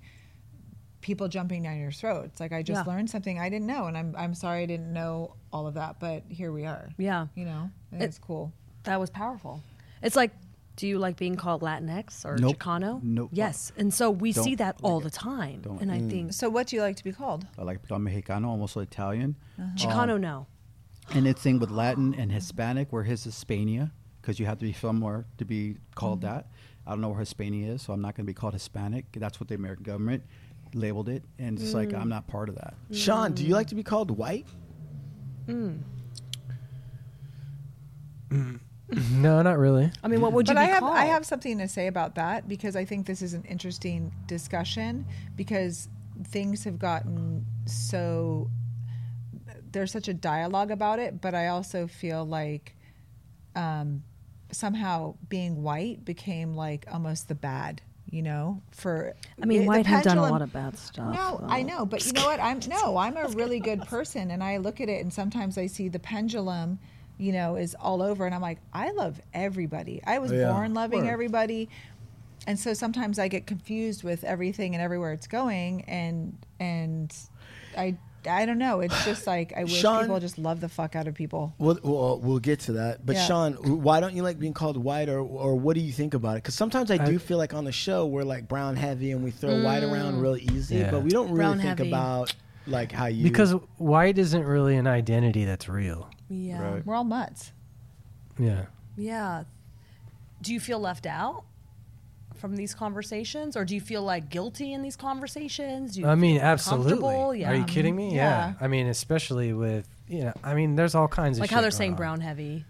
S2: people jumping down your throat. It's like I just
S1: Yeah.
S2: learned something I didn't know and I'm I'm sorry I didn't know all of that, but here we are.
S1: Yeah.
S2: You know, I think
S1: It-
S2: it's cool.
S1: That was powerful. It's like, do you like being called Latinx or
S5: Nope.
S1: Chicano?
S5: Nope.
S1: Yes. And so we see
S5: Don't
S1: that
S5: like
S1: all
S5: it.
S1: the time.
S5: Don't.
S1: And I think
S2: So what do you like to be called?
S5: I like I'm Mexicano, I'm also Italian.
S2: Uh-huh.
S5: Um,
S1: Chicano, no.
S5: And it's thing with Latin and Hispanic, where his Hispania, because you have to be somewhere to be called that. I don't know where Hispania is, so I'm not going to be called Hispanic. That's what the American government labeled it, and it's like I'm not part of that.
S3: Sean, do you like to be called white?
S4: No, not really.
S1: I mean, what would you
S2: but I
S1: be
S2: have
S1: called?
S2: I have something to say about that because I think this is an interesting discussion because things have gotten so there's such a dialogue about it, but I also feel like um, somehow being white became like almost the bad, you know. For
S1: I mean,
S2: the
S1: white have done a
S2: pendulum-
S1: lot of bad stuff.
S2: no,
S1: though.
S2: I know, but you know what? I'm no, I'm a really good person, and I look at it, and sometimes I see the pendulum, you know, is all over, and I'm like, I love everybody. I was
S3: Oh, Yeah.
S2: born loving
S3: Word.
S2: everybody, and so sometimes I get confused with everything and everywhere it's going, and and I I don't know. It's just like I wish
S3: Sean-
S2: people just love the fuck out of people.
S3: We'll, we'll, we'll get to that. But
S2: Yeah.
S3: Sean, why don't you like being called white, or or what do you think about it? Because sometimes I do feel like on the show we're like brown heavy and we throw white around real easy,
S4: Yeah.
S3: but we don't really
S1: Mm. Brown
S3: think
S1: heavy.
S3: about like how you
S4: Because white isn't really an identity that's real.
S1: Yeah.
S5: Right.
S2: We're all mutts.
S4: Yeah.
S1: Yeah. Do you feel left out from these conversations, or do you feel like guilty in these conversations? Do you
S4: I mean,
S1: feel comfortable?
S4: absolutely.
S1: Yeah.
S4: Are you kidding me?
S2: Yeah.
S4: I mean, especially with, you know, I mean, there's all kinds of
S1: Like
S4: shit
S1: how they're
S4: going
S1: saying
S3: uh,
S4: on.
S1: brown heavy,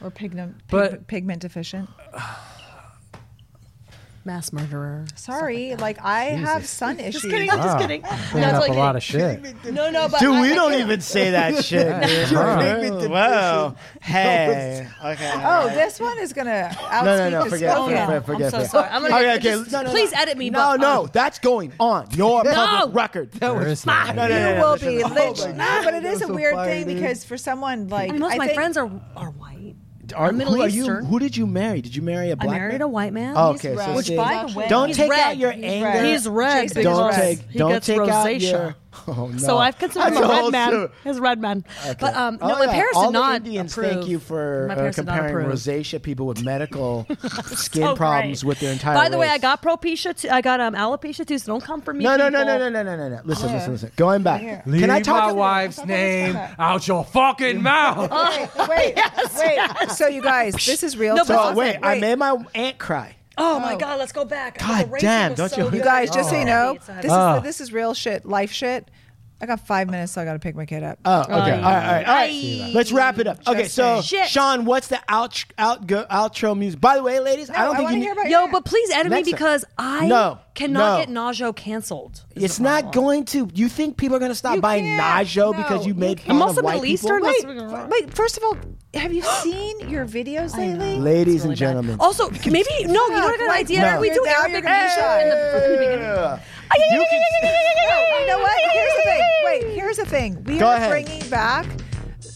S2: Or pigment,
S4: But-
S2: pigment deficient.
S1: mass murderer.
S2: Sorry, like, I have sun issues. Oh,
S1: I'm
S4: Wow. Bringing Ah. up a lot of shit.
S1: No, no, but
S3: Dude,
S1: I-
S3: we
S1: I
S3: don't
S1: do.
S3: even say that shit. dude.
S5: Wow.
S3: Wow. Hey. Okay.
S2: Oh, this one is gonna outspeak
S3: No, no, no.
S2: the
S3: Forget,
S2: spoken.
S3: forget, forget, forget.
S1: I'm so sorry. I'm gonna- just- please edit me,
S3: No,
S1: but,
S3: no,
S1: um,
S3: that's going on your public record.
S4: There is no
S3: No, no,
S2: You
S3: no, no,
S2: will
S3: listen.
S2: be
S3: Oh my
S2: lynched.
S3: God.
S2: no, but it
S5: That
S2: is a
S5: was so
S2: weird
S5: funny,
S2: thing
S5: dude.
S2: because for someone like
S1: And most
S2: I
S1: of my
S2: think-
S1: friends are are white.
S3: Are,
S1: Middle
S3: who are
S1: Eastern.
S3: you? Who did you marry? Did you marry a
S1: I
S3: black
S1: married
S3: man?
S1: a white man.
S3: Oh, okay,
S2: He's red.
S3: so see,
S1: Which, by the way,
S3: don't
S1: he's
S3: take out
S1: red.
S3: your
S1: He's
S3: anger.
S2: red.
S1: He's red.
S2: Jason's
S3: Don't
S2: red.
S3: take.
S1: He
S3: don't
S1: gets
S3: take out
S1: rosacea.
S3: your. Oh, no.
S1: So I've considered
S3: That's
S1: him a
S3: whole
S1: red man.
S3: shoe.
S1: He's a red man. But um, no,
S3: Oh,
S1: my
S3: yeah.
S1: parents
S3: All
S1: did not
S3: The Indians
S1: approve.
S3: thank you for
S1: my
S3: uh,
S1: parents did not
S3: comparing
S1: approve.
S3: rosacea people with medical skin
S1: So great.
S3: problems with their entire.
S1: By the way,
S3: race.
S1: I got propecia. Too, I got um, alopecia too. So don't come for me.
S3: No, no, no,
S1: people.
S3: no, no, no, no, no, no. Listen, listen, listen. Going back.
S4: Leave
S3: Can I talk?
S4: my
S3: a-
S4: wife's name out your fucking mouth.
S2: Wait, wait, wait. So you guys, this is real.
S1: No,
S2: talk.
S1: but-
S3: Oh wait, I made my aunt cry.
S1: Oh my God, let's go back.
S3: God
S1: the racism
S3: damn,
S1: was
S3: don't
S1: so
S3: you- Oh.
S1: good.
S2: You guys, just so you know,
S1: It's a-
S2: this
S4: Ah.
S2: is this is real shit, life shit. I got five minutes, so I got to pick my kid up.
S3: Oh, okay. All right, all right, all
S1: Aye.
S3: right. Let's wrap it up. Okay, so
S1: Shit.
S3: Sean, what's the out, out outro music? By the way, ladies, I
S2: No,
S3: don't
S2: I
S3: think
S2: wanna
S3: you.
S2: hear
S3: need-
S2: about
S1: Yo,
S2: your-
S1: but please edit me
S3: Uh, Next time.
S1: because I
S3: No, no.
S1: cannot get Najo canceled. is
S3: it's
S1: the
S3: not
S1: problem.
S3: going to. You think people are going to stop
S2: You
S3: buying
S2: can't.
S3: Najo
S2: No,
S3: because you
S2: you
S3: made
S2: can't.
S3: fun
S1: I'm also
S3: of white
S1: Middle Eastern.
S3: people?
S1: Let's-
S2: wait, f- wait. First of all, have you seen your videos lately?
S1: It's really bad.
S3: Ladies and
S1: Oh,
S3: gentlemen.
S1: Also, maybe no. You know what I got an
S2: Like,
S1: idea?
S2: no.
S1: We do
S2: Now
S1: Arabic
S2: you're gonna
S1: Nation
S2: shut.
S1: in the fucking beginning. Oh,
S3: You can.
S2: No, you know what? Here's the thing. Wait, here's the thing. We
S3: Go
S2: are
S3: ahead.
S2: bringing back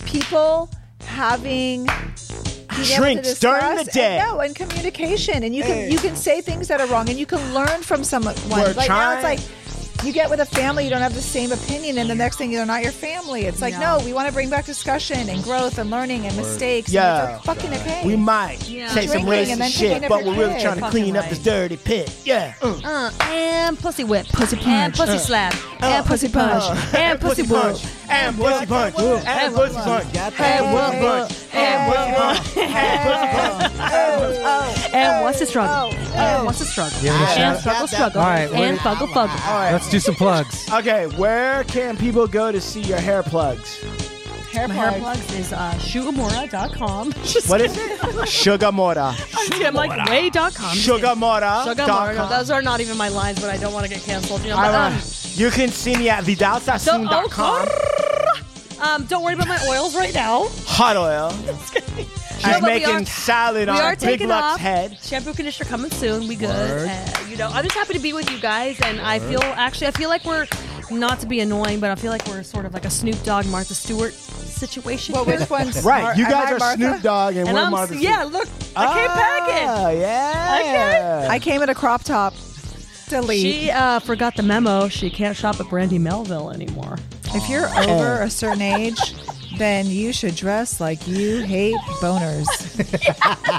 S2: people having being able to
S3: Drinks during the
S2: discuss and-
S3: day.
S2: no, and communication, and you can you can say things that are wrong, and you can learn from someone.
S3: We're
S2: like now,
S3: trying-
S2: it's like. You get with a family, you don't have the same opinion, and the next thing they're not your family. It's like,
S1: No.
S2: no, we want to bring back discussion and growth and learning and mistakes.
S3: Yeah.
S2: and it's fucking okay.
S3: We might
S1: Yeah.
S3: say some
S2: Drinking and
S3: racist
S2: then picking
S3: shit,
S2: up
S3: but
S2: your
S3: we're really
S2: kids.
S3: trying to
S1: Fucking
S3: clean up
S1: right.
S3: this dirty pit. Yeah. Mm.
S1: Uh, and pussy whip, pussy punch, and pussy
S3: Uh.
S1: slap,
S3: Oh.
S1: and pussy punch, and pussy blow,
S3: and pussy punch, and pussy punch, and pussy punch, and pussy punch. Oh.
S1: and what's the struggle, and what's the struggle,
S4: Give it a
S1: and
S4: shout.
S1: struggle, struggle,
S4: All right, what
S1: and
S4: is-
S1: fuggle, fuggle.
S4: Let's do some plugs.
S3: Okay, where can people go to see your hair plugs?
S2: hair
S1: My hair plugs is uh, shootamora.com.
S3: What is it? Sugamora.
S1: I'm like way.com.
S3: Sugamora.
S1: Sugamora. Those are not even my lines, but I don't want to get canceled. You know, but, um,
S3: You can see me at
S1: don't, oh,
S3: vidalsasun.com.
S1: grrr. um, don't worry about my oils right now.
S3: Hot oil.
S1: No,
S3: She's
S1: but we
S3: making
S1: are-
S3: salad
S1: we
S3: on
S1: are
S3: Big
S1: taking
S3: Luck's
S1: off.
S3: head.
S1: Shampoo conditioner coming soon. We good. Uh, you know, I'm just happy to be with you guys, and I feel actually I feel like we're not to be annoying, but I feel like we're sort of like a Snoop Dogg, Martha Stewart situation.
S2: Well,
S1: here.
S2: which one's
S3: Right,
S2: smart?
S3: you
S2: Am
S3: guys
S2: I
S3: are
S2: Martha?
S3: Snoop Dogg and,
S1: And
S3: we're
S1: I'm
S3: Martha.
S1: yeah. Look, I came
S3: Oh,
S1: packing.
S3: yeah.
S2: I came in a crop top. Delete.
S1: She uh, forgot the memo. She can't shop at Brandy Melville anymore.
S2: if you're over a certain age, then you should dress like you hate boners.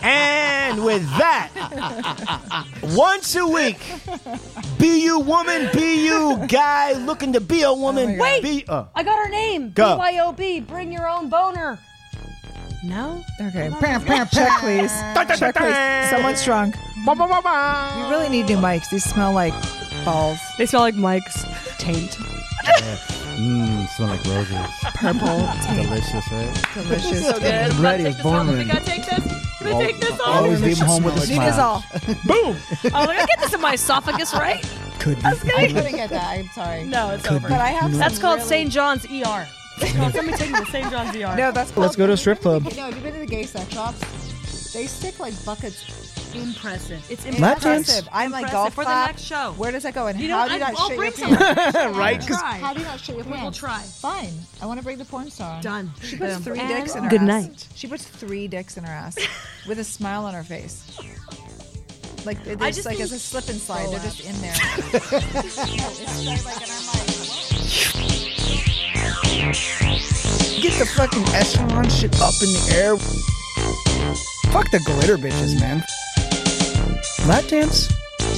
S3: And with that, once a week, be you woman, be you guy looking to be a woman.
S1: Wait.
S3: Be, uh,
S1: I got her name.
S3: Go.
S1: BYOB. Bring your own boner. No.
S2: Okay. Check, please. Check, please. Someone's drunk. You really need new mics. These smell like balls.
S1: They smell like Mike's taint.
S5: Mmm, smell like roses.
S2: Purple.
S5: Delicious, right?
S2: Delicious.
S1: So good.
S4: Ready is born
S1: I
S4: ready.
S1: gotta take this. Can I take this off?
S5: Always leave 'em home with a
S2: Leave us
S5: smile.
S2: all.
S1: I'm like, I get this in my esophagus, right?
S7: I couldn't get that. I'm sorry.
S1: No, it's over.
S2: But I have
S1: That's
S2: some
S1: called
S2: really-
S1: St. John's ER. It's called somebody take me to St. John's ER.
S2: No, that's
S3: Let's go to a strip club.
S7: No, have you been to the gay sex shops? They stick like buckets.
S1: impressive. It's
S3: Lap
S1: impressive.
S3: dance?
S2: impressive. I'm like
S1: Impressive
S2: golf
S1: for the
S2: clap.
S1: next show.
S2: Where does that go? And
S1: You know,
S2: how do you
S1: I,
S2: not
S1: I'll
S2: shake
S1: bring
S2: your pants?
S1: some.
S3: Right?
S1: Try.
S7: How do you not shake your hands?
S1: will try.
S7: Fine. I want to bring the porn star.
S1: Done.
S2: She puts three dicks in her
S1: Good
S2: ass.
S1: night.
S2: She puts three dicks in her ass with a smile on her face. Like it-
S1: I
S2: it's
S1: just
S2: like
S1: think-
S2: it's a slip and slide. They're just in there.
S7: It's just like in our mind.
S8: Get the fucking echelon shit up in the air. Fuck the glitter bitches, man. Lap dance?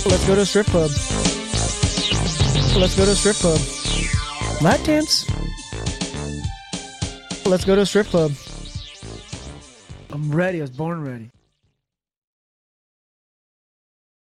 S8: Let's go to a strip club. Let's go to a strip club. Lap dance? Let's go to a strip club. I'm ready. I was born ready.